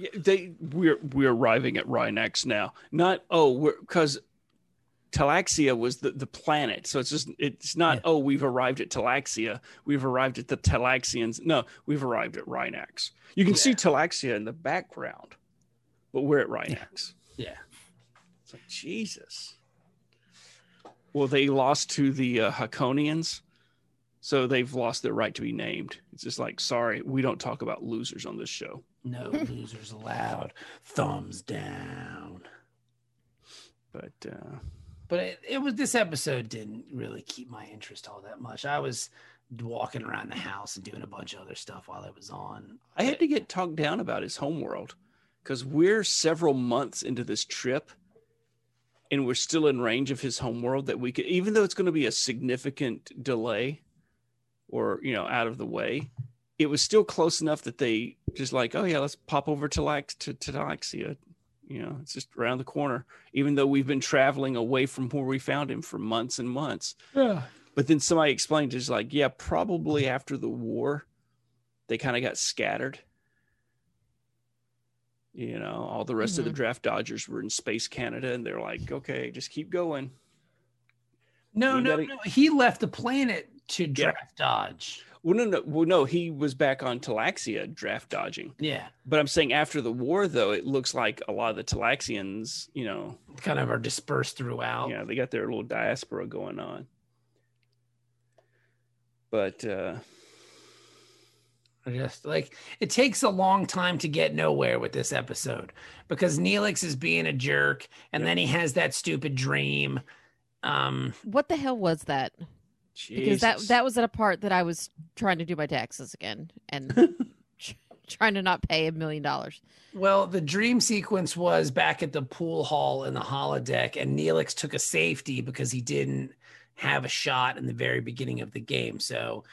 Yeah, they we're we're arriving at Rhinax now. Not oh we're because Talaxia was the, the planet. So it's just it's not
Yeah.
oh we've arrived at Talaxia. We've arrived at the Talaxians. No, we've arrived at Rhinax. You can see Talaxia in the background, but we're at Rhinax.
Yeah.
It's like Jesus. Well, they lost to the uh, Hakonians, so they've lost their right to be named. It's just like, sorry, we don't talk about losers on this show.
No losers allowed. Thumbs down.
But uh,
but it, it was this episode didn't really keep my interest all that much. I was walking around the house and doing a bunch of other stuff while it was on.
I had to get talked down about his homeworld because we're several months into this trip and we're still in range of his homeworld that we could, even though it's going to be a significant delay or, you know, out of the way, it was still close enough that they just like, oh, yeah, let's pop over to Lax to, to Laxia. You know, it's just around the corner, even though we've been traveling away from where we found him for months and months.
Yeah.
But then somebody explained it's like, yeah, probably after the war, they kind of got scattered. You know, all the rest of
Mm-hmm.
the draft dodgers were in space Canada and they're like, okay, just keep going.
No,
You
no,
gotta-
no. He left the planet to
Yeah.
draft dodge.
Well, no, no, well, no, he was back on Talaxia draft dodging.
Yeah,
But I'm saying after the war, though, it looks like a lot of the Talaxians, you know,
kind of are dispersed
Oh.
throughout.
yeah, they got their little diaspora going on. But uh
Or Just like it takes a long time to get nowhere with this episode because Neelix is being a jerk, and then he has that stupid dream. Um,
What the hell was that? Because that
Jesus.
that was at a part that I was trying to do my taxes again and tr- trying to not pay a million dollars.
Well, the dream sequence was back at the pool hall in the holodeck, and Neelix took a safety because he didn't have a shot in the very beginning of the game. So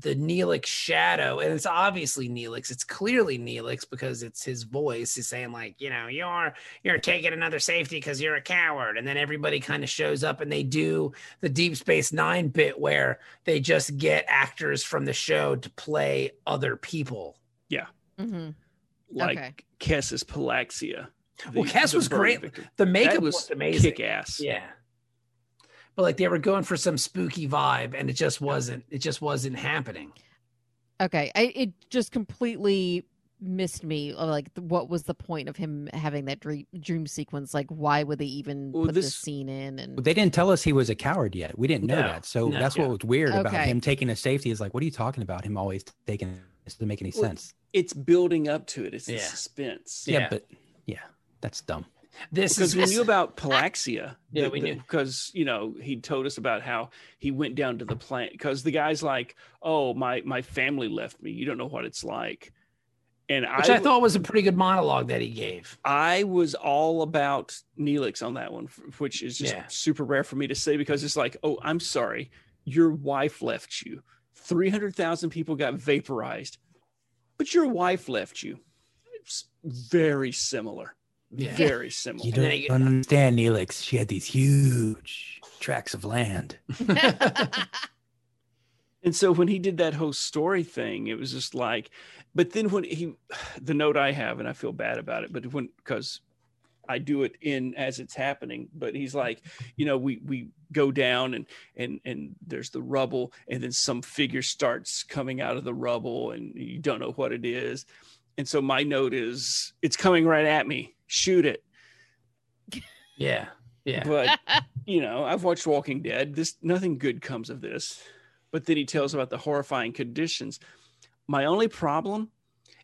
the Neelix shadow, and it's obviously Neelix, it's clearly Neelix because it's his voice is saying, like, you know, you're you're taking another safety because you're a coward. And then everybody kind of shows up and they do the Deep Space Nine bit where they just get actors from the show to play other people.
hmm
like
Okay.
Kess is Palaxia.
Well, Kess was
bird
great.
victim.
The makeup
That
was,
was
amazing.
kick ass.
Yeah. but like they were going for some spooky vibe and it just wasn't it just wasn't happening
Okay, I, it just completely missed me. of, Like, th- what was the point of him having that dream, dream sequence? Like, why would they even
Well,
put this,
this-
scene in? And
They didn't tell us he was a coward yet. We didn't know
No,
that. So
no.
that's what was weird about
Okay.
him taking a safety. Is like, what are you talking about? Him always taking this doesn't make any
Well,
sense.
It's building up to it. It's the
Yeah.
suspense.
Yeah,
yeah.
but yeah, that's dumb.
this
Because
is
we knew about Palaxia.
Yeah, we knew.
Because you know he told us about how he went down to the plant. Because the guy's like, "Oh, my my family left me. You don't know what it's like." And
which I, thought was a pretty good monologue that he gave
I was all about Neelix on that one, f- which is just
Yeah.
super rare for me to say because it's like, oh, I'm sorry, your wife left you. 300,000 people got vaporized, but your wife left you. It's very similar.
yeah
Very similar.
You
And then
don't
he-
understand, Neelix. She had these huge tracts of land.
And so when he did that whole story thing, it was just like, but then when he, the note I have, and I feel bad about it, but when, because I do it in as it's happening, but he's like, you know, we, we go down and, and, and there's the rubble and then some figure starts coming out of the rubble and you don't know what it is. And so my note is, it's coming right at me, shoot it.
yeah yeah
But you know, I've watched Walking Dead. This nothing good comes of this. But then he tells about the horrifying conditions. My only problem,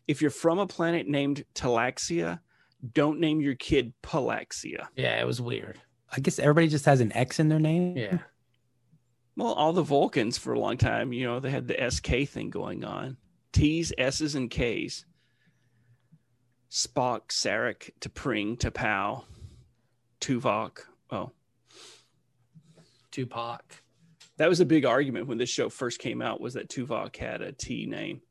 if you're from a planet named Talaxia, don't name your kid Palaxia.
yeah it was weird
I guess everybody just has an X in their name.
yeah
Well, all the Vulcans for a long time, you know, they had the SK thing going on. T's, S's, and K's. Spock, Sarek, T'Pring, T'Pau, Tuvok. Oh,
Tupac
that was a big argument when this show first came out was that Tuvok had a T name,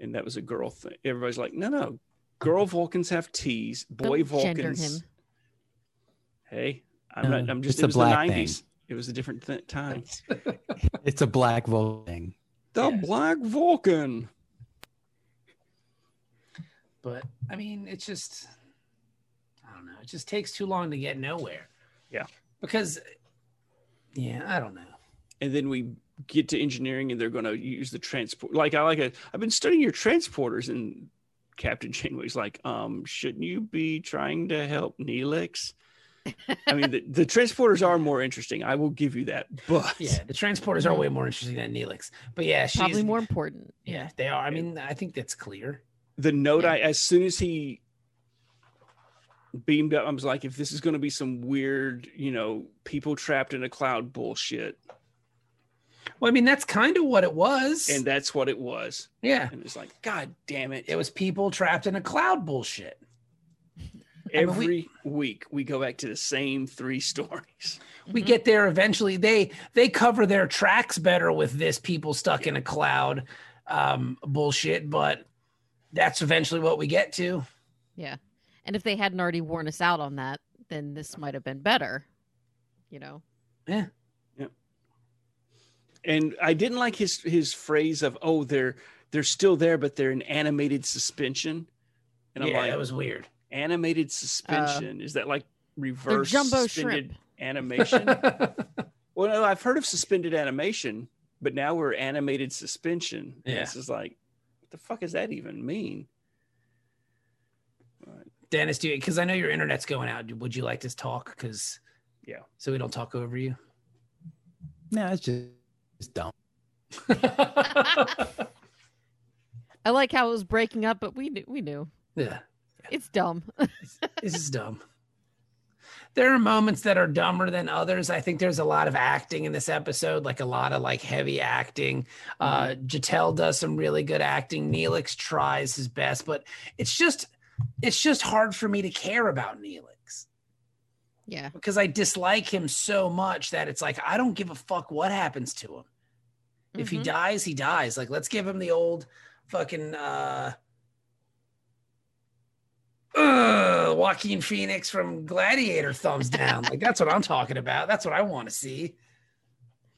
and that was a girl thing. Everybody's like, no, no, girl Vulcans have T's, boy
Don't gender
Vulcans.
him.
Hey, I'm
No,
not. I'm just.
it's a
It was the
black thing.
'90s. It was a different th- time.
It's a black Vulcan. thing.
The
Yeah.
Black Vulcan.
but I mean, it just, I don't know. It just takes too long to get nowhere.
Yeah.
Because, yeah, I don't know.
and then we get to engineering and they're going to use the transport like i like a, i've been studying your transporters and captain janeway's like um shouldn't you be trying to help neelix i mean the, the transporters are more interesting i will give you that but
Yeah, the transporters are way more interesting than Neelix. But yeah, she's
Probably more important.
Yeah, they are. I mean, I think that's clear.
the note
Yeah.
i as soon as he beamed up i was like if this is going to be some weird you know people trapped in a cloud bullshit
Well, I mean, that's kind of what it was.
and that's what it was
yeah,
and it's like god damn it
it was people trapped in a cloud bullshit. I mean,
every
we-
week we go back to the same three stories
We
Mhm.
get there eventually. They they cover their tracks better with this people stuck in a cloud um, bullshit, but that's eventually what we get to.
And if they hadn't already worn us out on that, then this might have been better. You know.
and I didn't like his his phrase of oh they're they're still there but they're in animated suspension, and I'm
yeah,
like
that was Uh, weird.
animated suspension is that like reverse
jumbo
suspended
shrimp.
animation? well, no, I've heard of suspended animation, but now we're animated suspension. And
Yeah.
this is like what the fuck does that even mean?
Dennis, do you? Because I know your internet's going out. Would you like to talk? Because
Yeah.
so we don't talk over you.
No, it's just it's dumb.
I like how it was breaking up, but we knew we knew.
yeah,
It's dumb.
this is dumb. There are moments that are dumber than others. I think there's a lot of acting in this episode, like a lot of like heavy acting. Uh Jatel does some really good acting. Neelix tries his best, but it's just it's just hard for me to care about Neelix.
Yeah.
because I dislike him so much that it's like I don't give a fuck what happens to him. If he
Mm-hmm.
Mhm.
dies, he dies. Like let's give him the old fucking uh, uh Joaquin Phoenix from Gladiator thumbs down. like that's what I'm talking about. That's what I want to see.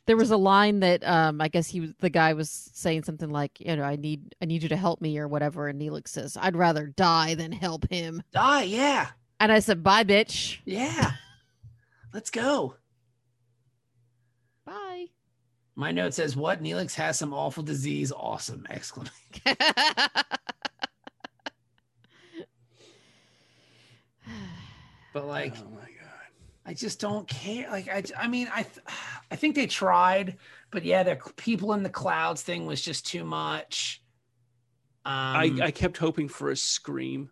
there was a line that um I guess he was the guy was saying something like, you know, I need I need you to help me or whatever, and Neelix says, I'd rather die than help him.
Die, yeah,
And I said, Bye bitch.
yeah. let's go. My note says, "What Neelix has some awful disease. Awesome!" Exclamation. But like,
oh my god.
I just don't care. Like I, I mean, I, th- I think they tried, but yeah, the people in the clouds thing was just too much. Um,
I, I kept hoping for a scream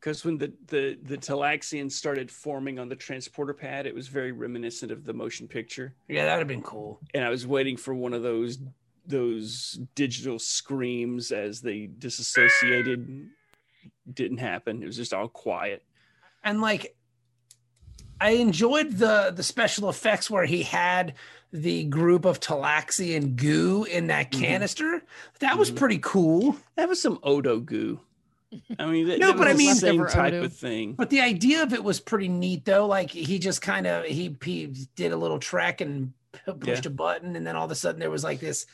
because when the, the, the Talaxians started forming on the transporter pad, it was very reminiscent of the motion picture.
yeah, that would have been cool.
And I was waiting for one of those those digital screams as they disassociated. Didn't happen. It was just all quiet.
And like, I enjoyed the the special effects where he had the group of Talaxian goo in that
Mhm.
canister. That was
Mhm.
pretty cool.
That was some Odo goo. I mean, that,
No,
that
but
was
I mean-
the same
Leftover
type
Odo.
of thing.
But the idea of it was pretty neat, though. Like he just kind of he, he did a little trek and p- pushed a button, and then all of a sudden there was like this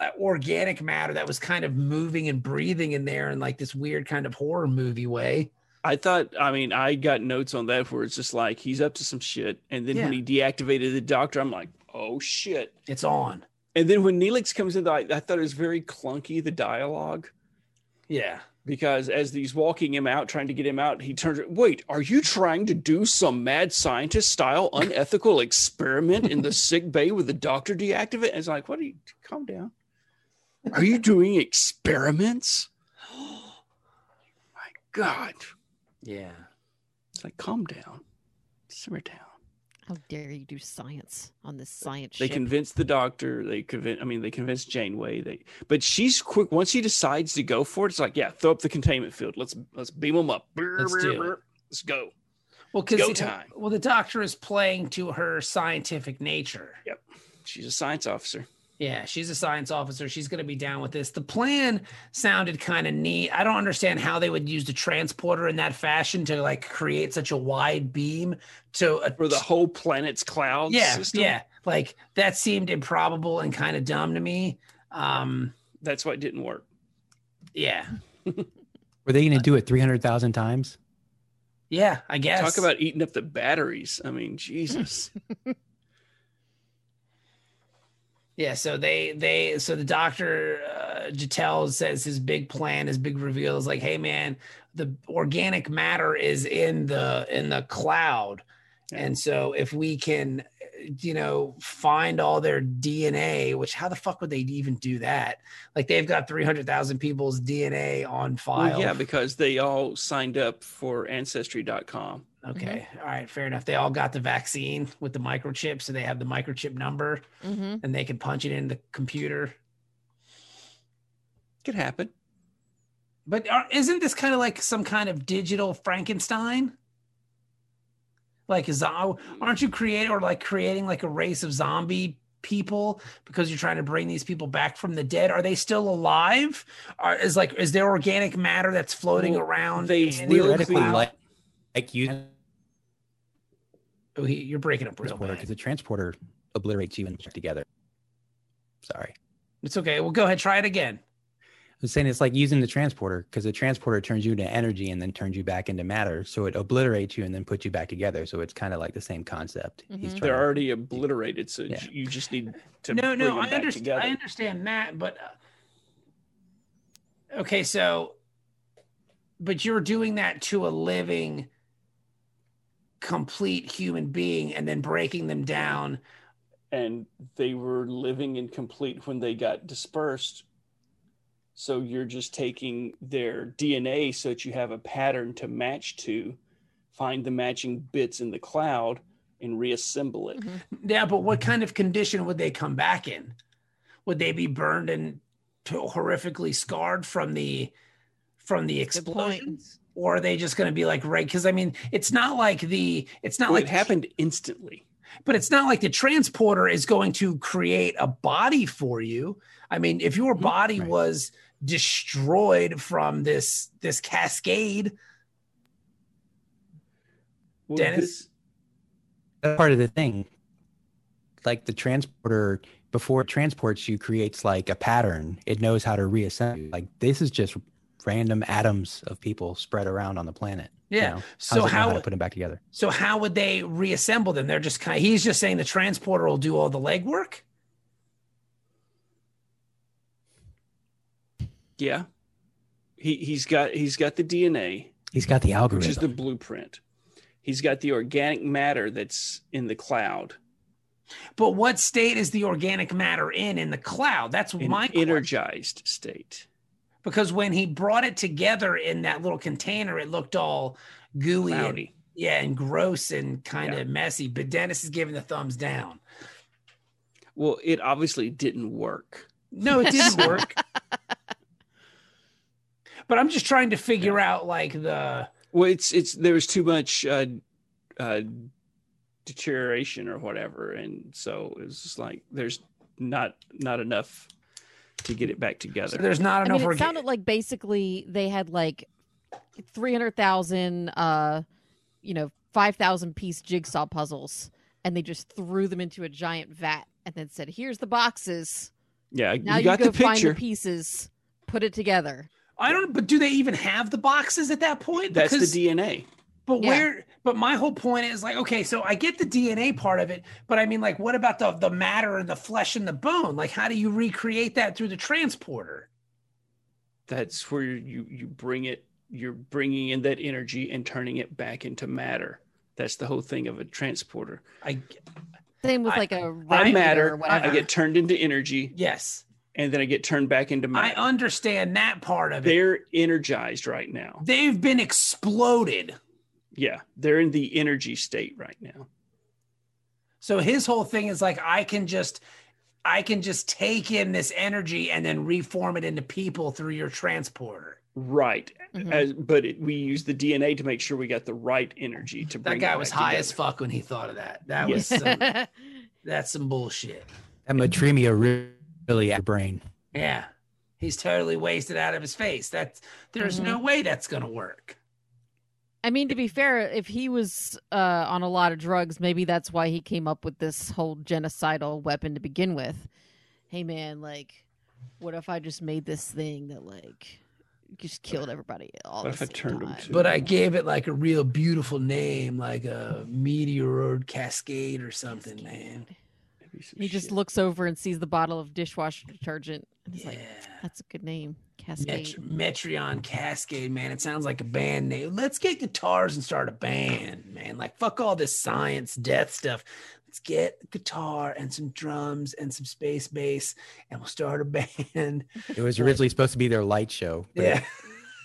uh, organic matter that was kind of moving and breathing in there in like this weird kind of horror movie way.
I thought, I mean, I got notes on that where it's just like he's up to some shit. And then when
Yeah.
he deactivated the doctor, I'm like, oh shit.
It's on.
And then when Neelix comes in, I, I thought it was very clunky, the dialogue,
Yeah.
because as he's walking him out, trying to get him out, he turns, wait, are you trying to do some mad scientist style unethical experiment in the sick bay with the doctor deactivate? And it's like, what are you, calm down. Are you doing experiments? My God.
Yeah.
It's like, calm down, simmer down.
How dare you do science on this science
They
ship?
convince the doctor. They convince. I mean, they convince Janeway. They, but she's quick. Once she decides to go for it, it's like, yeah, throw up the containment field. Let's let's beam them up. Brr,
Let's
brr,
do it.
brr. Let's go.
Well, because
Go time.
Well, the doctor is playing to her scientific nature.
She's a science officer.
Yeah, she's a science officer. She's going to be down with this. The plan sounded kind of neat. I don't understand how they would use the transporter in that fashion to like create such a wide beam to a,
For the whole planet's clouds.
yeah,
system.
yeah. Like that seemed improbable and kind of dumb to me. Um,
That's why it didn't work.
yeah,
Were they going to do it 300,000 times?
yeah. I guess
Talk about eating up the batteries. I mean, Jesus.
Yeah, so they they so the doctor uh, Jatel says his big plan, his big reveal is like, hey man, the organic matter is in the in the cloud,
Yeah.
and so if we can, you know, find all their DNA, which how the fuck would they even do that? Like they've got three hundred thousand people's DNA on file.
well, yeah, because they all signed up for Ancestry.com.
Okay,
mm-hmm.
all right, fair enough. They all got the vaccine with the microchip, so they have the microchip number,
hmm
and they can punch it in the computer.
Could happen.
But are, isn't this kind of like some kind of digital Frankenstein? Like, is aren't you creating or like creating like a race of zombie people because you're trying to bring these people back from the dead? Are they still alive? Are, is like is there organic matter that's floating
Well,
around?
they
in the
will
Theoretically,
cloud.
like, like you
Oh, he, you're breaking up real
transporter because
bad.
the transporter obliterates you and together. Sorry.
It's okay. Well, go ahead, try it again.
I was saying it's like using the transporter because the transporter turns you into energy and then turns you back into matter. So it obliterates you and then puts you back together. So it's kind of like the same concept. He's
Mhm.
trying
They're
to-
already obliterated, so
Yeah.
you just need to
no,
bring
no,
them
I
back
understand.
together.
I understand that, but uh, okay, so but you're doing that to a living, complete human being, and then breaking them down.
and they were living incomplete when they got dispersed. So you're just taking their DNA so that you have a pattern to match to, find the matching bits in the cloud, and reassemble
Mm-hmm.
mm-hmm.
it.
Yeah, but what kind of condition would they come back in? Would they be burned and to- horrifically scarred from the from the
Good point.
explosions? Or are they just going to be like right? Because I mean, it's not like the it's not
Well,
like
it happened instantly.
but it's not like the transporter is going to create a body for you i mean if
Mm-hmm.
your body
Right.
was destroyed from this this cascade
Well,
Dennis?
this-
that's part of the thing. Like the transporter, before it transports you, creates like a pattern. It knows how to reassemble. you. Like this is just random atoms of people spread around on the planet. you know?
so
does it know
how,
how to put them back together?
so how would they reassemble them they're just kind he's just saying the transporter will do all the legwork
Yeah. He he's got he's got the DNA,
He's got the
which
algorithm.
is the blueprint. He's got the organic matter that's in the cloud,
But what state is the organic matter in in the cloud? That's
in
my question.
energized state.
Because when he brought it together in that little container, it looked all gooey and
Cloudy.
yeah, and gross and kind
Yeah.
of messy. But Dennis is giving the thumbs down.
Well, it obviously didn't work.
No, it didn't work. But I'm just trying to figure out like the
Well, it's it's there was too much uh, uh, deterioration or whatever, and so it was just like there's not not enough to get it back
so
together.
there's not
I,
enough
mean, it
organ-
sounded like basically they had like three hundred thousand, uh, you know, five thousand piece jigsaw puzzles, and they just threw them into a giant vat and then said, "Here's the boxes.
yeah,
Now
you
you,
got
go
the
find the
picture.
pieces, put it together."
I don't but do they even have the boxes at that point?
That's
Because-
the DNA.
But
Yeah.
where but my whole point is like, okay, so I get the DNA part of it, but I mean like what about the the matter and the flesh and the bone? Like how do you recreate that through the transporter?
That's where you you bring it. You're bringing in that energy and turning it back into matter. That's the whole thing of a transporter.
I
Same with
I-
like a
I
rat
matter.
or
I,
whatever.
I get turned into energy,
yes.
and then I get turned back into
I
matter.
understand that part of it.
They're energized right now.
They've been exploded.
Yeah, they're in the energy state right now.
So his whole thing is like I can just I can just take in this energy and then reform it into people through your transporter.
Right.
Mm-hmm.
Mhm.
As, but it, we use the DNA to make sure we got the right energy to
That
bring.
guy
it
was
back
high
together.
as fuck when he thought of that. That
Yeah.
was some, that's some bullshit.
that matremia re- really at brain.
Yeah. He's totally wasted out of his face. That's there's
Mm-hmm.
no way that's gonna work.
I mean, to be fair, if he was uh, on a lot of drugs, maybe that's why he came up with this whole genocidal weapon to begin with. Hey, man, like, what if I just made this thing that like just killed everybody all
What
at
if
the
I
same
turned 'em
time?
to-
But I gave it like a real beautiful name, like a meteoroid cascade or something, man.
Maybe some
He just
shit.
looks over and sees the bottle of dishwasher detergent. And he's
Yeah.
like, "That's a good name, Cascade."
Met- Metreon Cascade, man. It sounds like a band name. Let's get guitars and start a band, man. Like fuck all this science, death stuff. Let's get a guitar and some drums and some space bass, and we'll start a band.
It was originally supposed to be their light show. but
Yeah.
It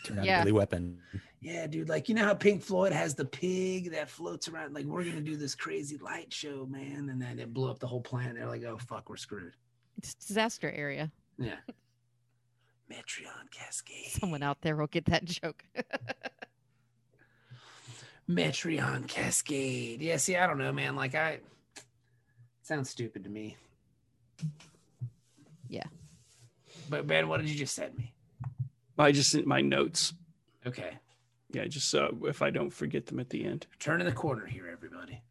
turned out
Yeah.
to be weapon.
Yeah, dude. Like, you know how Pink Floyd has the pig that floats around? Like, we're going to do this crazy light show, man. And then it blew up the whole planet. They're like, oh, fuck, we're screwed.
It's disaster area.
Yeah. Metreon Cascade.
Someone out there will get that joke.
Metreon Cascade. Yeah, see, I don't know, man. Like, I. Sounds stupid to me.
Yeah.
But, Ben, what did you just send me?
I just sent my notes.
Okay.
Yeah, just so if I don't forget them at the end.
Turning the corner here, everybody.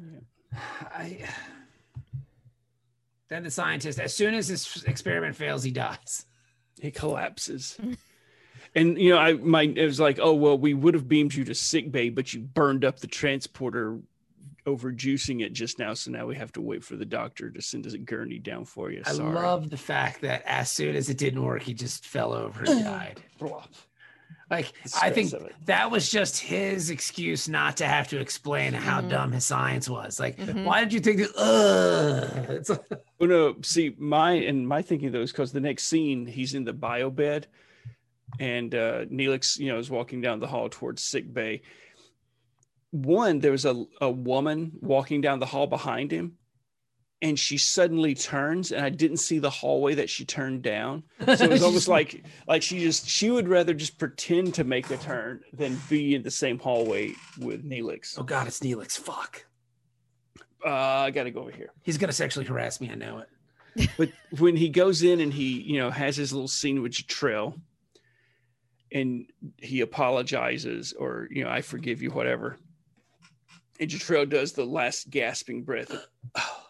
Yeah.
I. Then the scientist, as soon as his experiment fails, he dies.
It collapses. and you know, I my it was like, oh well, we would have beamed you to sick bay, but you burned up the transporter over juicing it just now, so now we have to wait for the doctor to send us a gurney down for you.
I
Sorry.
love the fact that as soon as it didn't work, he just fell over and died. Like
The
I
stress
think
of it.
that was just his excuse not to have to explain how
Mhm.
dumb his science was. Like,
Mhm.
why did you think that? Ugh. It's like,
Oh no! See, my and my thinking though is because the next scene he's in the bio bed, and uh, Neelix, you know, is walking down the hall towards sick bay. One, there was a a woman walking down the hall behind him, and she suddenly turns, and I didn't see the hallway that she turned down. So it was almost like like she just she would rather just pretend to make a turn than be in the same hallway with Neelix.
oh god, it's Neelix. Fuck,
Uh, I got to go over here.
he's gonna sexually harass me. I know it.
But when he goes in and he, you know, has his little scene with Jatrell and he apologizes or, you know, I forgive you, whatever. And Jatrell does the last gasping breath. of, "Ah."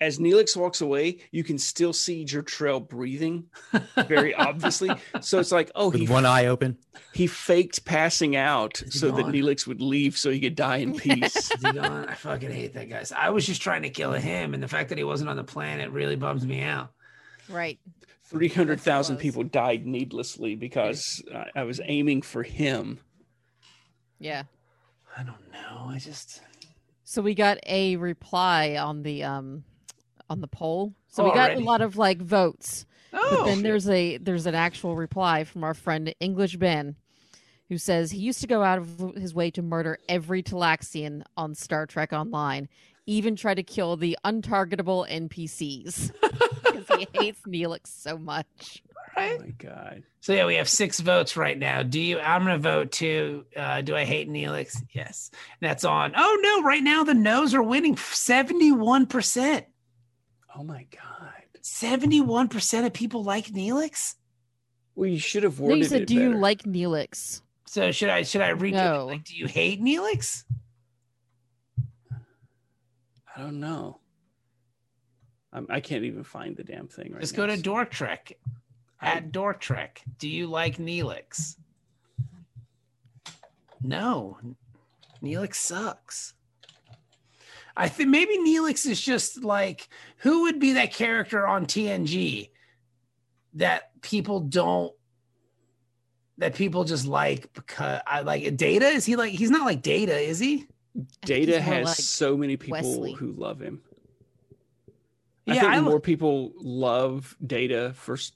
As Neelix walks away, you can still see Jatrell breathing very obviously. So it's like, oh, he,
With one eye open.
he faked passing out
Is he
so that
gone?
Neelix would leave so he could die in peace.
Is he gone? I fucking hate that guy. I was just trying to kill him, and the fact that he wasn't on the planet really bums me out.
Right.
300,000
was.
people died needlessly because I, I was aiming for him.
Yeah.
I don't know. I just
So we got a reply on the um on the poll. So we got
Already?
a lot of like votes.
Oh,
but then
Shit.
there's a there's an actual reply from our friend English Ben, who says he used to go out of his way to murder every Talaxian on Star Trek Online, even try to kill the untargetable NPCs because he hates Neelix so much.
Oh my God.
So yeah, we have six votes right now. Do you? I'm gonna vote too. Uh, do I hate Neelix? Yes. And that's on. Oh no! Right now the no's are winning. Seventy-one percent.
Oh my God.
Seventy-one percent of people like Neelix.
Well, you should have
No,
worded
you said,
it
"Do you
better.
like Neelix?"
So should I? Should I read?
No.
Like, do you hate Neelix?
I don't know. I'm, I can't even find the damn thing right
Just
now.
go to Dork Trek. At Dork Trek, do you like Neelix? No, Neelix sucks. I think maybe Neelix is just like who would be that character on TNG that people don't that people just like because I like Data. Is he like he's not like Data, is he?
I think
Data
he's more
has
like-
so many people
Wesley.
who love him.
Yeah,
I think
I li-
more people love Data for s-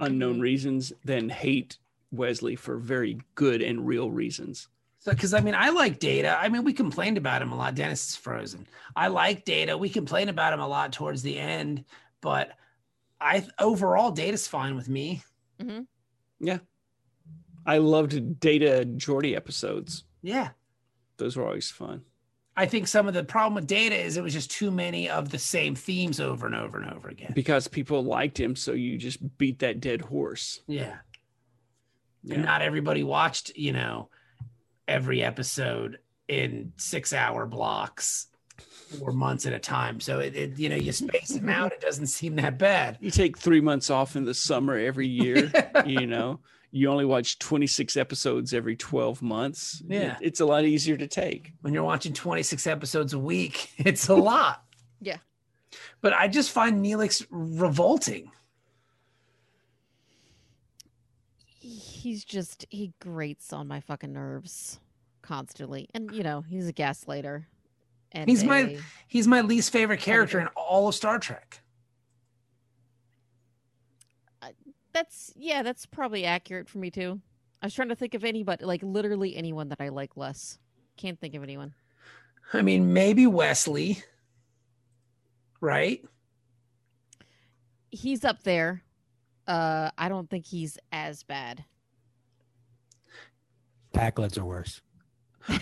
unknown reasons than hate Wesley for very good and real reasons.
because I mean, I like Data. I mean, we complained about him a lot. Dennis is frozen. I like Data. We complain about him a lot towards the end, but I overall Data's fine with me.
I loved Data Jordy episodes.
Yeah,
Those were always fun.
I think some of the problem with Data is it was just too many of the same themes over and over and over again.
Because people liked him, so you just beat that dead horse.
Yeah,
Yeah.
and not everybody watched you know every episode in six hour blocks or months at a time. So it, it you know you space them out. It doesn't seem that bad.
you take three months off in the summer every year, you know. You only watch 26 episodes every 12 months.
Yeah.
It- It's a lot easier to take.
when you're watching 26 episodes a week, it's a lot.
Yeah.
But I just find Neelix revolting.
he's just he grates on my fucking nerves constantly, and you know he's a gaslighter. And
He's my-
a-
He's my least favorite character in all of Star Trek.
That's yeah, that's probably accurate for me too. I was trying to think of anybody, like literally anyone that I like less. Can't think of anyone.
I mean, maybe Wesley, right?
He's up there. Uh, I don't think he's as bad.
Packlets are worse.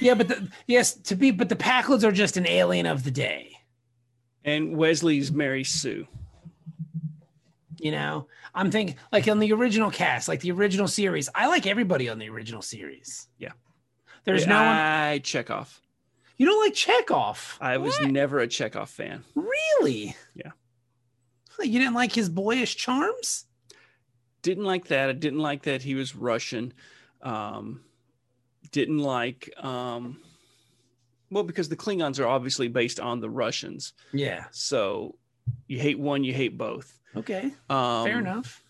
Yeah, but the, yes, to be, but the Packlets are just an alien of the day.
And Wesley's Mary Sue.
You know, I'm thinking like on the original cast, like the original series. I like everybody on the original series.
Yeah.
There's no one.
I Chekhov.
You don't like Chekhov,
I was never a Chekhov fan.
really?
Yeah.
You didn't like his boyish charms?
Didn't like that. I didn't like that he was Russian. Um, didn't like, um, well, because the Klingons are obviously based on the Russians.
Yeah.
So you hate one, you hate both.
Okay.
Um,
Fair enough.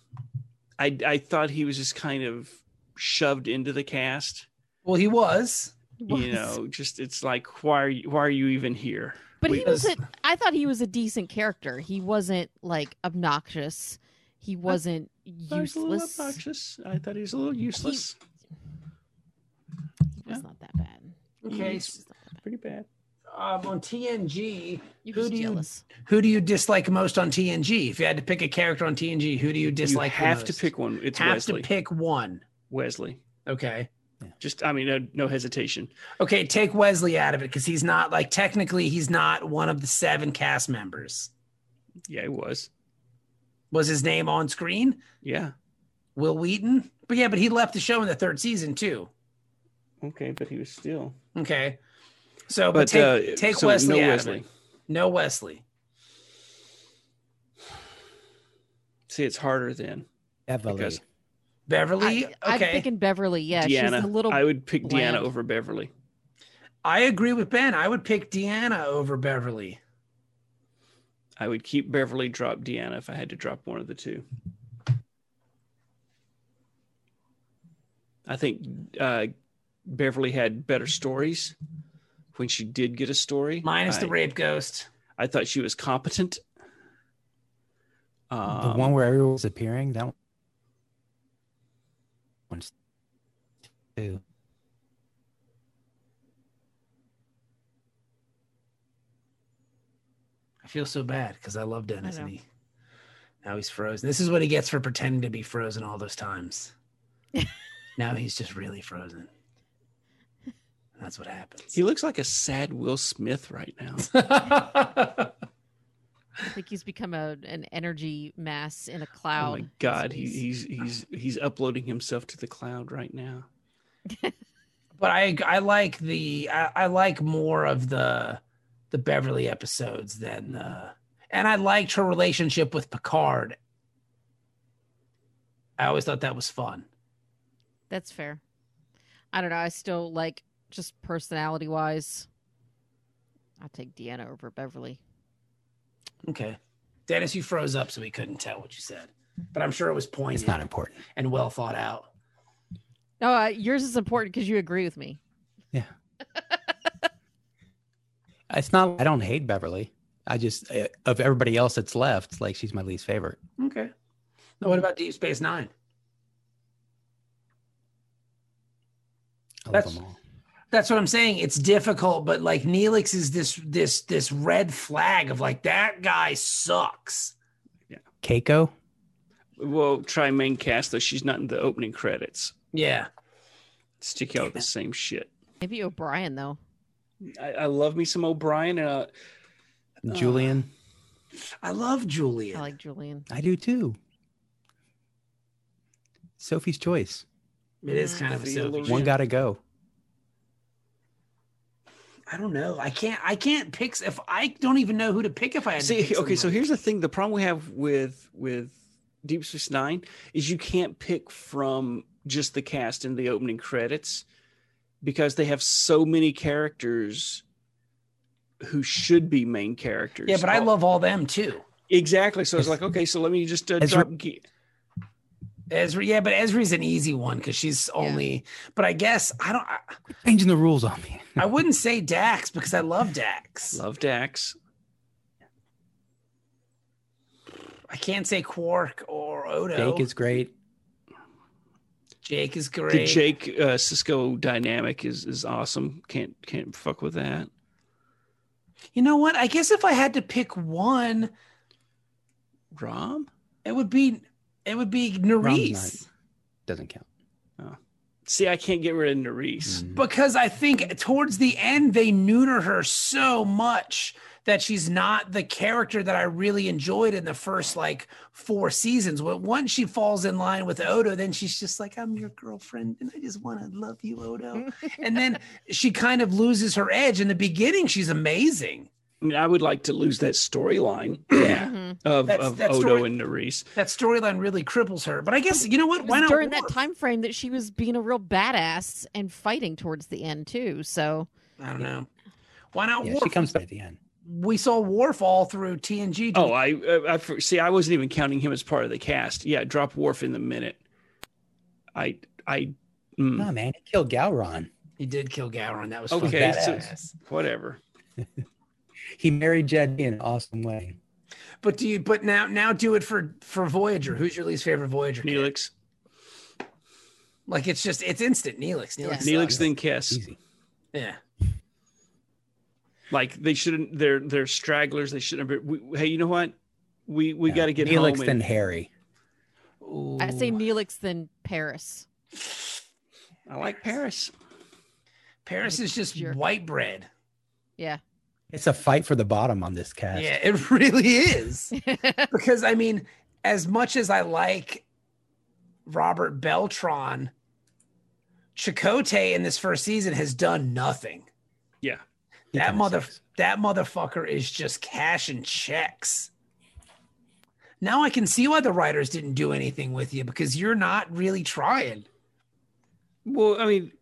I I thought he was just kind of shoved into the cast.
Well, he was.
Was-
You know, just it's like why are you why are you even here?
but he was.
was-
A, I thought he was a decent character. He wasn't like obnoxious. He wasn't
Thought he was a little
useless. He
obnoxious. I thought he was a little useless.
was not that bad.
Okay.
He was not that bad.
Pretty bad.
Um, on TNG,
You're
Who
just
do you-
jealous.
who do you dislike most on TNG? If you had to pick a character on TNG, who do you dislike?
you
the
have to
most?
pick one. It's
have
Wesley.
to pick one.
Wesley.
Okay.
Just I mean, no, no hesitation.
Okay. Take Wesley out of it because he's not like technically he's not one of the seven cast members.
Yeah, it was.
Was his name on screen?
Yeah.
Will Wheaton? But yeah, but he left the show in the third season too.
Okay, but he was still.
Okay. So, but,
But
take,
uh,
take
so
Wesley
No
out
Wesley.
of it. No Wesley.
See, it's harder then.
Beverly.
Because-
Beverly.
I, I'm
okay.
thinking Beverly. Yeah,
Deanna.
she's a little.
I would pick
bland.
Deanna over Beverly.
I agree with Ben. I would pick Deanna over Beverly.
I would keep Beverly, drop Deanna if I had to drop one of the two. I think uh, Beverly had better stories when she did get a story.
Minus the
I-
rape ghost.
I thought she was competent.
the
Um,
one where everyone was appearing, that one's too.
I feel so bad because I love Dennis
I
and
know.
he now he's frozen. This is what he gets for pretending to be frozen all those times. now he's just really frozen. That's what happens.
he looks like a sad Will Smith right now.
I think he's become a, an energy mass in a
Oh
cloud.
my God, he,
He's-
he's he's he's uploading himself to the cloud right now.
but I I like the I, I like more of the the Beverly episodes than the and I liked her relationship with Picard. I always thought that was fun.
That's fair. I don't know. I still like just personality wise. I'll take Deanna over Beverly.
Okay. Dennis, you froze up so we couldn't tell what you said. But I'm sure it was
It's
poignant
not important.
and well thought out.
No, uh, yours is important because you agree with me.
It's not. I don't hate Beverly. I just uh, of everybody else that's left, it's like she's my least favorite.
Okay. Now what about Deep Space Nine?
I love
That's-
them all.
That's what I'm saying. It's difficult, but like Neelix is this this this red flag of like that guy sucks.
Keiko.
Well, try main cast though. She's not in the opening credits.
Yeah.
Stick out the same shit.
Maybe O'Brien though.
I, I love me some O'Brien. Uh,
Julian.
I love Julian.
I like Julian.
I do too. Sophie's choice.
it is kind of a
Feel
Sophie.
the
One
Yeah.
gotta go.
I don't know. I can't I can't pick if I don't even know who to pick if I had to
see,
pick
okay, so
someone.
here's the thing. The problem we have with with Deep Space Nine is you can't pick from just the cast in the opening credits because they have so many characters who should be main characters.
Yeah, but I
Oh,
love all them too.
exactly. So I was like, okay, so let me just uh,
Ezra-
drop. Ge-
Ezra, yeah, but Ezri's an easy one because she's only. But I guess I don't. I,
Changing the rules on me.
I wouldn't say Dax because I love Dax.
Love Dax.
I can't say Quark or Odo.
Jake is great.
Jake is great.
The Jake uh, Cisco dynamic is is awesome. Can't can't fuck with that.
You know what? I guess if I had to pick one,
Rom
it would be it would be
Rom's
Nerys
Doesn't count. Mm.
See, I can't get rid of
Mm-hmm.
Nerys.
because I think towards the end they neuter her so much that she's not the character that I really enjoyed in the first like four seasons. When once she falls in line with Odo, then she's just like, "I'm your girlfriend, and I just want to love you, Odo." and then she kind of loses her edge. In the beginning, she's amazing.
I mean, I would like to lose that storyline
hmm
of,
That's-
of
that
Odo
story-
and Nerys.
That storyline really cripples her. But I guess you know what? Why not
during that
Worf?
time frame that she was being a real badass and fighting towards the end too. So
I don't know. Why not
Yeah,
Worf?
she comes back at the end.
we saw Worf all through TNG.
Oh, I, I, I for- see. I wasn't even counting him as part of the cast. Yeah, drop Worf in the minute. I I mm,
No man, he killed Gowron.
he did kill Gowron. That was
Okay,
okay.
so-
Badass.
whatever.
He married Jed in an awesome way.
But do you? But now, now do it for for Voyager. Who's your least favorite Voyager? kid?
Neelix,
Like it's just it's instant Neelix. Neelix.
Yeah.
Neelix,
sucks.
then Kess.
Easy.
Yeah.
Like they shouldn't. They're they're stragglers. They shouldn't. Have been, we, hey, you know what? We we
Yeah.
got to get
Neelix
home.
then
and-
Harry.
I say
Ooh.
Neelix then Paris.
I like Paris.
Paris is just
Jerk.
white bread.
Yeah.
It's a fight for the bottom on this cast.
Yeah, it really is. because I mean, as much as I like Robert Beltron, Chakotay in this first season has done nothing.
Yeah.
He
that
kinda
mother
sucks.
that motherfucker is just cashing checks. Now I can see why the writers didn't do anything with you because you're not really trying.
Well, I mean,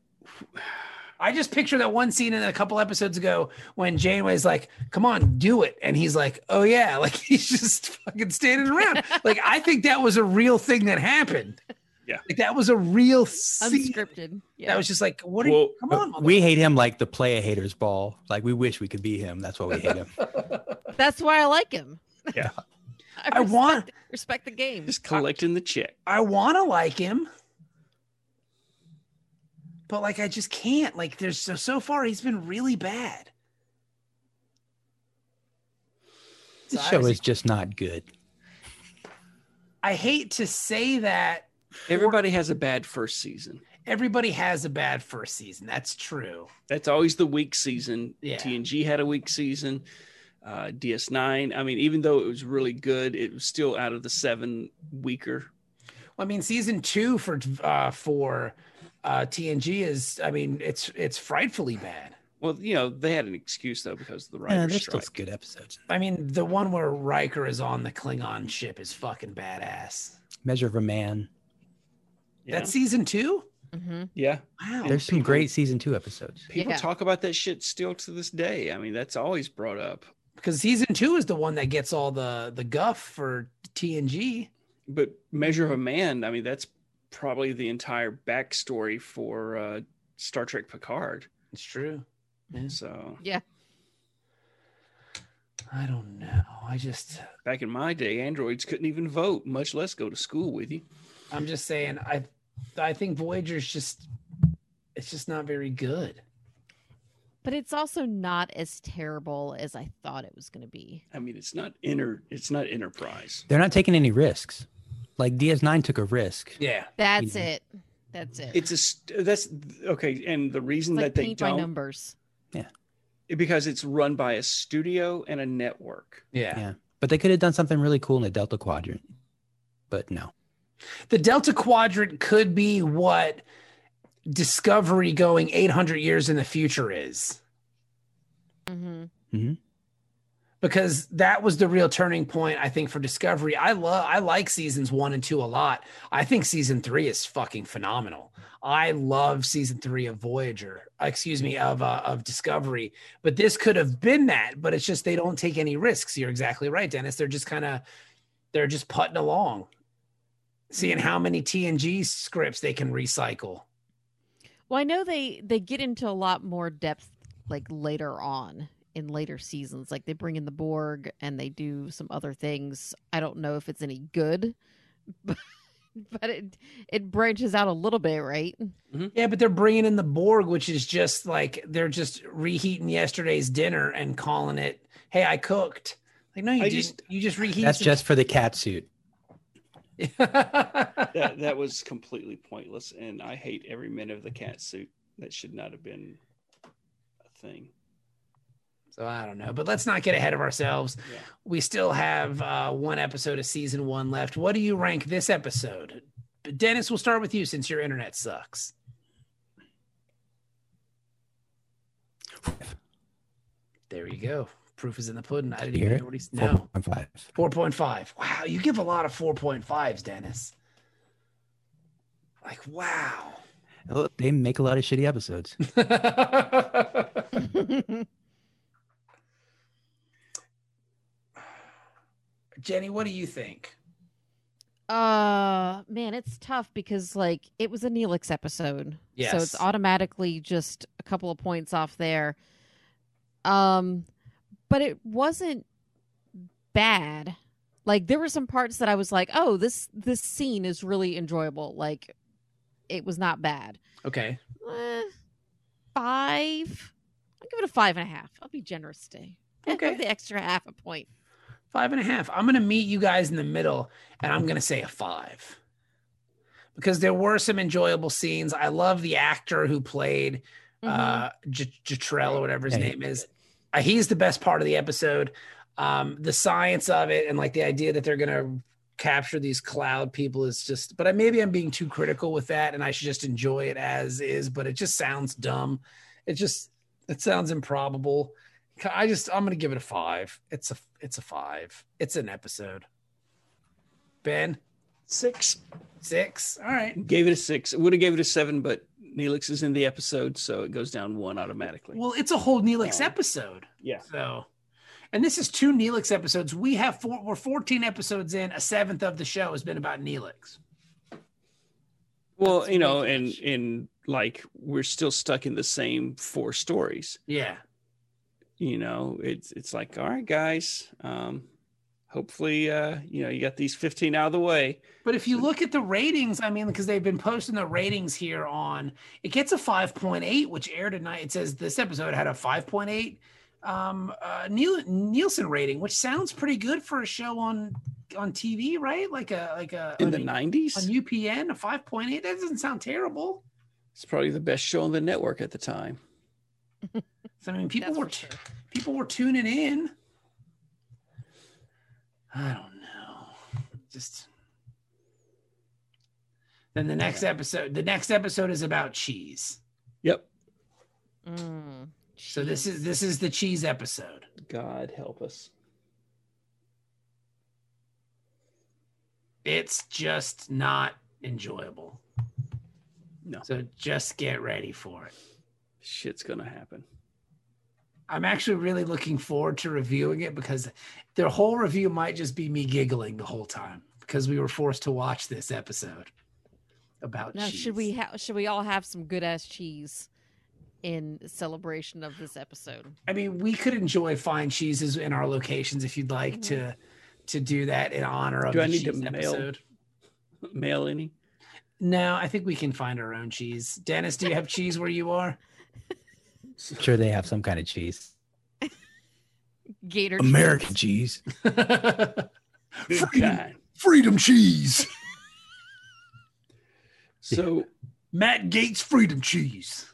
I just picture that one scene in a couple episodes ago when Janeway's like, "Come on, do it," and he's like, "Oh yeah," like he's just fucking standing around. like I think that was a real thing that happened.
Yeah.
like that was a real scene.
Unscripted. Yeah.
That was just like, "What? Are
Well,
you, come on, mother-
We hate him like the player haters ball. Like we wish we could be him. That's why we hate him.
That's why I like him.
Yeah.
I
respect-
want-
respect the game.
Just collecting the check.
I want to like him." But like I just can't. Like there's so so far he's been really bad.
This
So I
show
was-
is just not good.
I hate to say that
Everybody has a bad first season.
everybody has a bad first season. That's true.
That's always the weak season.
Yeah.
TNG had a weak season. Uh, DS9. I mean, even though it was really good, it was still out of the seven weaker.
Well, I mean, season two for uh, for uh, TNG is, I mean, it's it's frightfully bad.
Well, you know, they had an excuse though because of the
Yeah,
writer's
there's still
strike.
good episodes.
I mean, the one where Riker is on the Klingon ship is fucking badass.
Measure of a Man.
Yeah.
That's season two.
Mhm.
yeah.
Wow.
There's some great season two episodes.
People
Yeah.
talk about that shit still to this day. I mean, that's always brought up.
because season two is the one that gets all the the guff for TNG.
But Measure of a Man, I mean, that's probably the entire backstory for uh, Star Trek Picard.
It's true.
So
I don't know. I just
back in my day, androids couldn't even vote, much less go to school with you.
I'm just saying I I think Voyager's just it's just not very good.
But it's also not as terrible as I thought it was going to be.
I mean, it's not inner, it's not enterprise.
They're not taking any risks. Like DS9 took a risk.
Yeah.
That's
Yeah.
it. That's it.
It's a st- that's okay, and the reason
It's
that
like
they
paint by
don't
numbers.
because it's run by a studio and a network.
Yeah.
Yeah. But they could have done something really cool in the Delta Quadrant. But no.
The Delta Quadrant could be what Discovery going 800 years in the future is,
hmm
because that was the real turning point, I think, for Discovery. I love, I like seasons one and two a lot. I think season three is fucking phenomenal. I love season three of Voyager, excuse me, of uh, of Discovery. But this could have been that, but it's just they don't take any risks. You're exactly right, Dennis. They're just kind of, they're just putting along, seeing how many TNG scripts they can recycle.
Well, I know they they get into a lot more depth like later on in later seasons. Like they bring in the Borg and they do some other things. I don't know if it's any good, but, but it it branches out a little bit, right?
Mm-hmm.
Yeah, but they're bringing in the Borg, which is just like they're just reheating yesterday's dinner and calling it, "Hey, I cooked." Like, no, you
I
just you just reheat.
That's just for the cat suit.
That that was completely pointless, and I hate every minute of the cat suit. That should not have been a thing.
so I don't know, but let's not get ahead of ourselves.
Yeah.
We still have uh, one episode of season one left. What do you rank this episode? Dennis, we'll start with you since your internet sucks. There you go. Proof is in the pudding. I didn't even
Here?
hear what he's no.
4.5.
4.5. Wow, you give a lot of 4.5s, Dennis. Like, wow.
Oh, They make a lot of shitty episodes.
Jenny, what do you think?
Uh man, it's tough because like it was a Neelix episode. So
Yes.
it's automatically just a couple of points off there. Um but it wasn't bad. Like there were some parts that I was like, "Oh, this this scene is really enjoyable." Like it was not bad.
Okay.
Eh, five. I'll give it a five and a half. I'll be generous today. I'll give
Okay.
the extra half a point.
Five and a half. I'm going to meet you guys in the middle and I'm going to say a five because there were some enjoyable scenes. I love the actor who played uh J- Jatrell or whatever his
Mm-hmm. Yeah, he-
name is. Uh, he's the best part of the episode. Um, the science of it and like the idea that they're gonna capture these cloud people is just. But I, maybe I'm being too critical with that, and I should just enjoy it as is. But it just sounds dumb. It just it sounds improbable. Ca- I just I'm gonna give it a five. It's a it's a five. It's an episode. Ben
Six
six. All right.
gave it a six. Would have gave it a seven, but Neelix is in the episode, so it goes down one automatically.
Well, it's a whole Neelix
Oh.
Yeah.
episode.
Yeah.
So, and this is two Neelix episodes. We have four, we're 14 episodes in. A seventh of the show has been about Neelix.
Well,
That's
you
way
know,
too
and
much.
and like we're still stuck in the same four stories.
Yeah.
You know, it's it's like, all right, guys. Um, hopefully, uh, you know, you got these fifteen out of the way.
But if you look at the ratings, I mean, because they've been posting the ratings here on, it gets a 5.8, which aired tonight. It says this episode had a 5.8 um, uh, Niel- Nielsen rating, which sounds pretty good for a show on on TV, right? Like a like a
In
on,
the nineties,
on UPN, a 5.8. That doesn't sound terrible.
it's probably the best show on the network at the time.
So, I mean, people
That's
were
for sure.
people were tuning in. I don't know. Just then the next episode. The next episode is about cheese.
Yep.
Mm,
So this is this is the cheese episode.
God help us.
It's just not enjoyable.
No.
So just get ready for it.
Shit's gonna happen.
I'm actually really looking forward to reviewing it because their whole review might just be me giggling the whole time because we were forced to watch this episode about
Now,
cheese.
should we ha- should we all have some good ass cheese in celebration of this episode?
I mean, we could enjoy fine cheeses in our locations if you'd like
Mm-hmm.
to to do that in honor of
Do
the
I need to
cheese
mail?
episode.
Mail any?
No, I think we can find our own cheese. Dennis, do you have cheese where you are?
Sure, they have some kind of cheese.
Gator
American cheese.
Good kind.
Freedom cheese.
So
Matt Gates Freedom Cheese.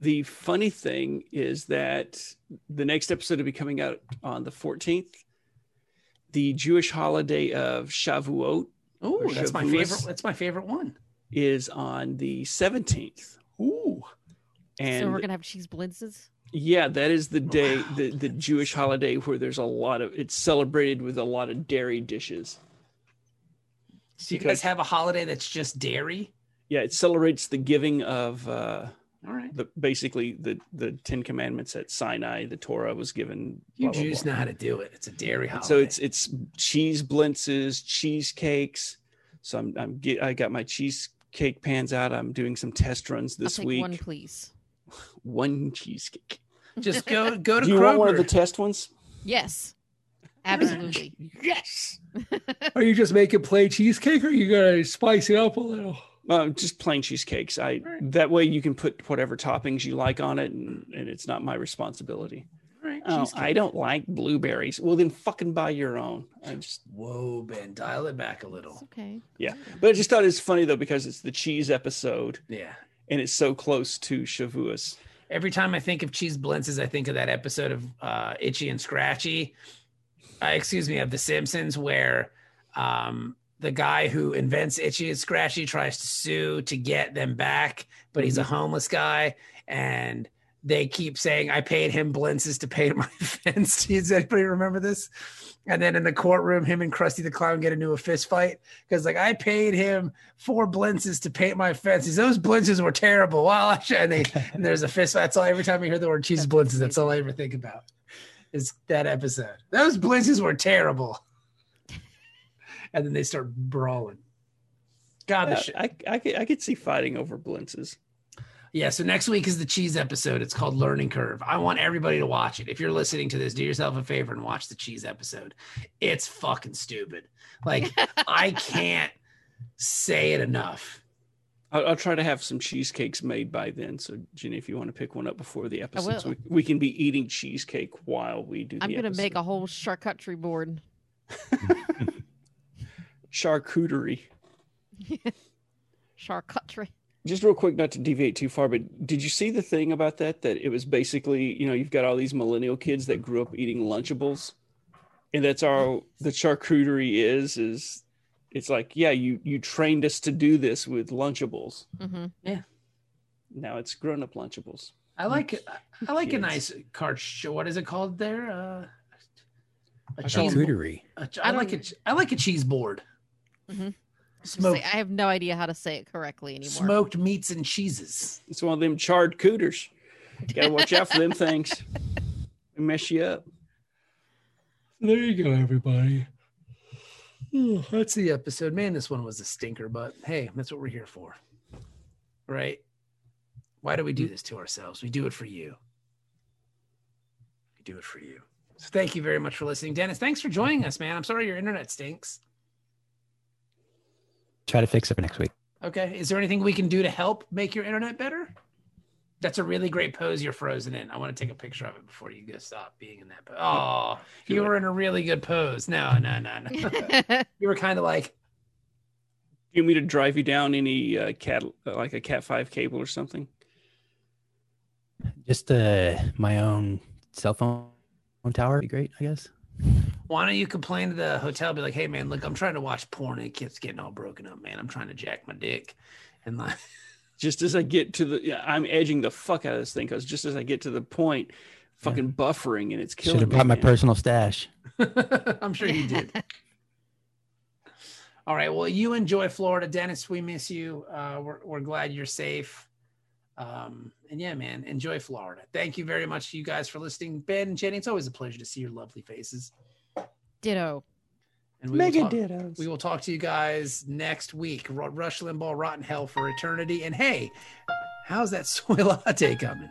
the funny thing is that the next episode will be coming out on the 14th. The Jewish holiday of Shavuot
Oh,
Or
that's my
Shavuos.
favorite. That's my favorite one.
is on the 17th.
Ooh.
And
so we're gonna have cheese blitzes.
yeah, that is the day,
Wow,
the, the Jewish holiday where there's a lot of, it's celebrated with a lot of dairy dishes.
So you
Because-
guys have a holiday that's just dairy?
Yeah, it celebrates the giving of uh,
All right.
the basically the, the Ten Commandments at Sinai. The Torah was given.
You
blah, blah,
Jews
blah.
know how to do it. It's a dairy holiday.
So it's it's cheese blintzes, cheesecakes. So I'm I'm get, I got my cheesecake pans out. I'm doing some test runs this
I'll take
week.
one,
One,
please.
cheesecake.
just go go to
Do you want one of the
Kroger.
test ones?
Yes, absolutely.
Yes.
Are you just making plain cheesecake or you gonna spice it up a little?
Um, just plain cheesecakes. I
Alright.
that way you can put whatever toppings you like on it, and, and it's not my responsibility.
All right,
Oh,
cheesecake.
I don't like blueberries. Well, then fucking buy your own. I just
Whoa, Ben, dial it back a
It's
little.
okay.
yeah, but I just thought it's funny though because it's the cheese episode
Yeah.
and it's so close to Shavuos.
Every time I think of cheese blintzes, I think of that episode of uh, Itchy and Scratchy. Uh, excuse me, of The Simpsons, where um, the guy who invents Itchy and Scratchy tries to sue to get them back, but he's a homeless guy, and they keep saying, "I paid him blintzes to pay my fence." Does anybody remember this? And then in the courtroom, him and Krusty the Clown get into a fist fight because, like, I paid him four blintzes to paint my fences. Those blintzes were terrible. Wow, I should- and, they, and there's a fist. fight. That's all. Every time I hear the word cheese
That's
blintzes, that's all I ever think about is that episode. Those blintzes were terrible. And then they start brawling. God, the
Yeah,
shit.
Uh, I, I, could, I could see fighting over blintzes.
Yeah, so next week is the cheese episode. It's called Learning Curve. I want everybody to watch it. If you're listening to this, do yourself a favor and watch the cheese episode. It's fucking stupid. Like, I can't say it enough.
I'll, I'll try to have some cheesecakes made by then. So, Jenny, if you want to pick one up before the episode, so
will.
we, we can be eating cheesecake while we do.
I'm
the
gonna make
episode.
a whole charcuterie board.
charcuterie.
charcuterie.
Just real quick, not to deviate too far, but did you see the thing about that? That it was basically, you know, you've got all these millennial kids that grew up eating Lunchables, and that's our the charcuterie is is it's like, yeah, you you trained us to do this with Lunchables.
hmm
Now it's grown up Lunchables.
I like I like a
Kids.
nice cart. What is it called there? Uh, a
call
cheese.
them-
Charcuterie.
a ch- I like a ch- I like a cheese board. Smoked,
Mm-hmm. Say- I have no idea how to say it correctly anymore.
smoked meats and cheeses.
It's one of them charred cooters. Gotta watch out for them things. They mess you up.
There you go, everybody.
Ooh, that's the episode. Man, this one was a stinker, but hey, that's what we're here for. Right? Why do we do this to ourselves? We do it for you. We do it for you. So thank you very much for listening. Dennis, thanks for joining us, man. I'm sorry your internet stinks.
Try to fix it for next week.
Okay. Is there anything we can do to help make your internet better? That's a really great pose you're frozen in. I want to take a picture of it before you go stop being in that pose. Oh, you were in a really good pose. No, no, no, no. you were kind of like,
You want me to drive you down any uh, cat like a Cat Five cable or something?
Just uh, my own cell phone tower would be great, I guess.
why don't you complain to the hotel? Be like, hey man, look, I'm trying to watch porn and it keeps getting all broken up, man. I'm trying to jack my dick. And like
Just as I get to the, yeah, I'm edging the fuck out of this thing because just as I get to the point, fucking buffering and it's killing
Should have
me,
brought my
man.
personal stash.
I'm sure you did. All right. Well, you enjoy Florida, Dennis. We miss you. Uh, we're, we're glad you're safe. Um, and yeah, man, enjoy Florida. Thank you very much, you guys, for listening. Ben and Jenny, it's always a pleasure to see your lovely faces.
Ditto.
And we
Mega
will talk,
dittos.
we will talk to you guys next week. Ru- Rush Limbaugh, Rotten Hell for Eternity. And hey, how's that soy latte coming?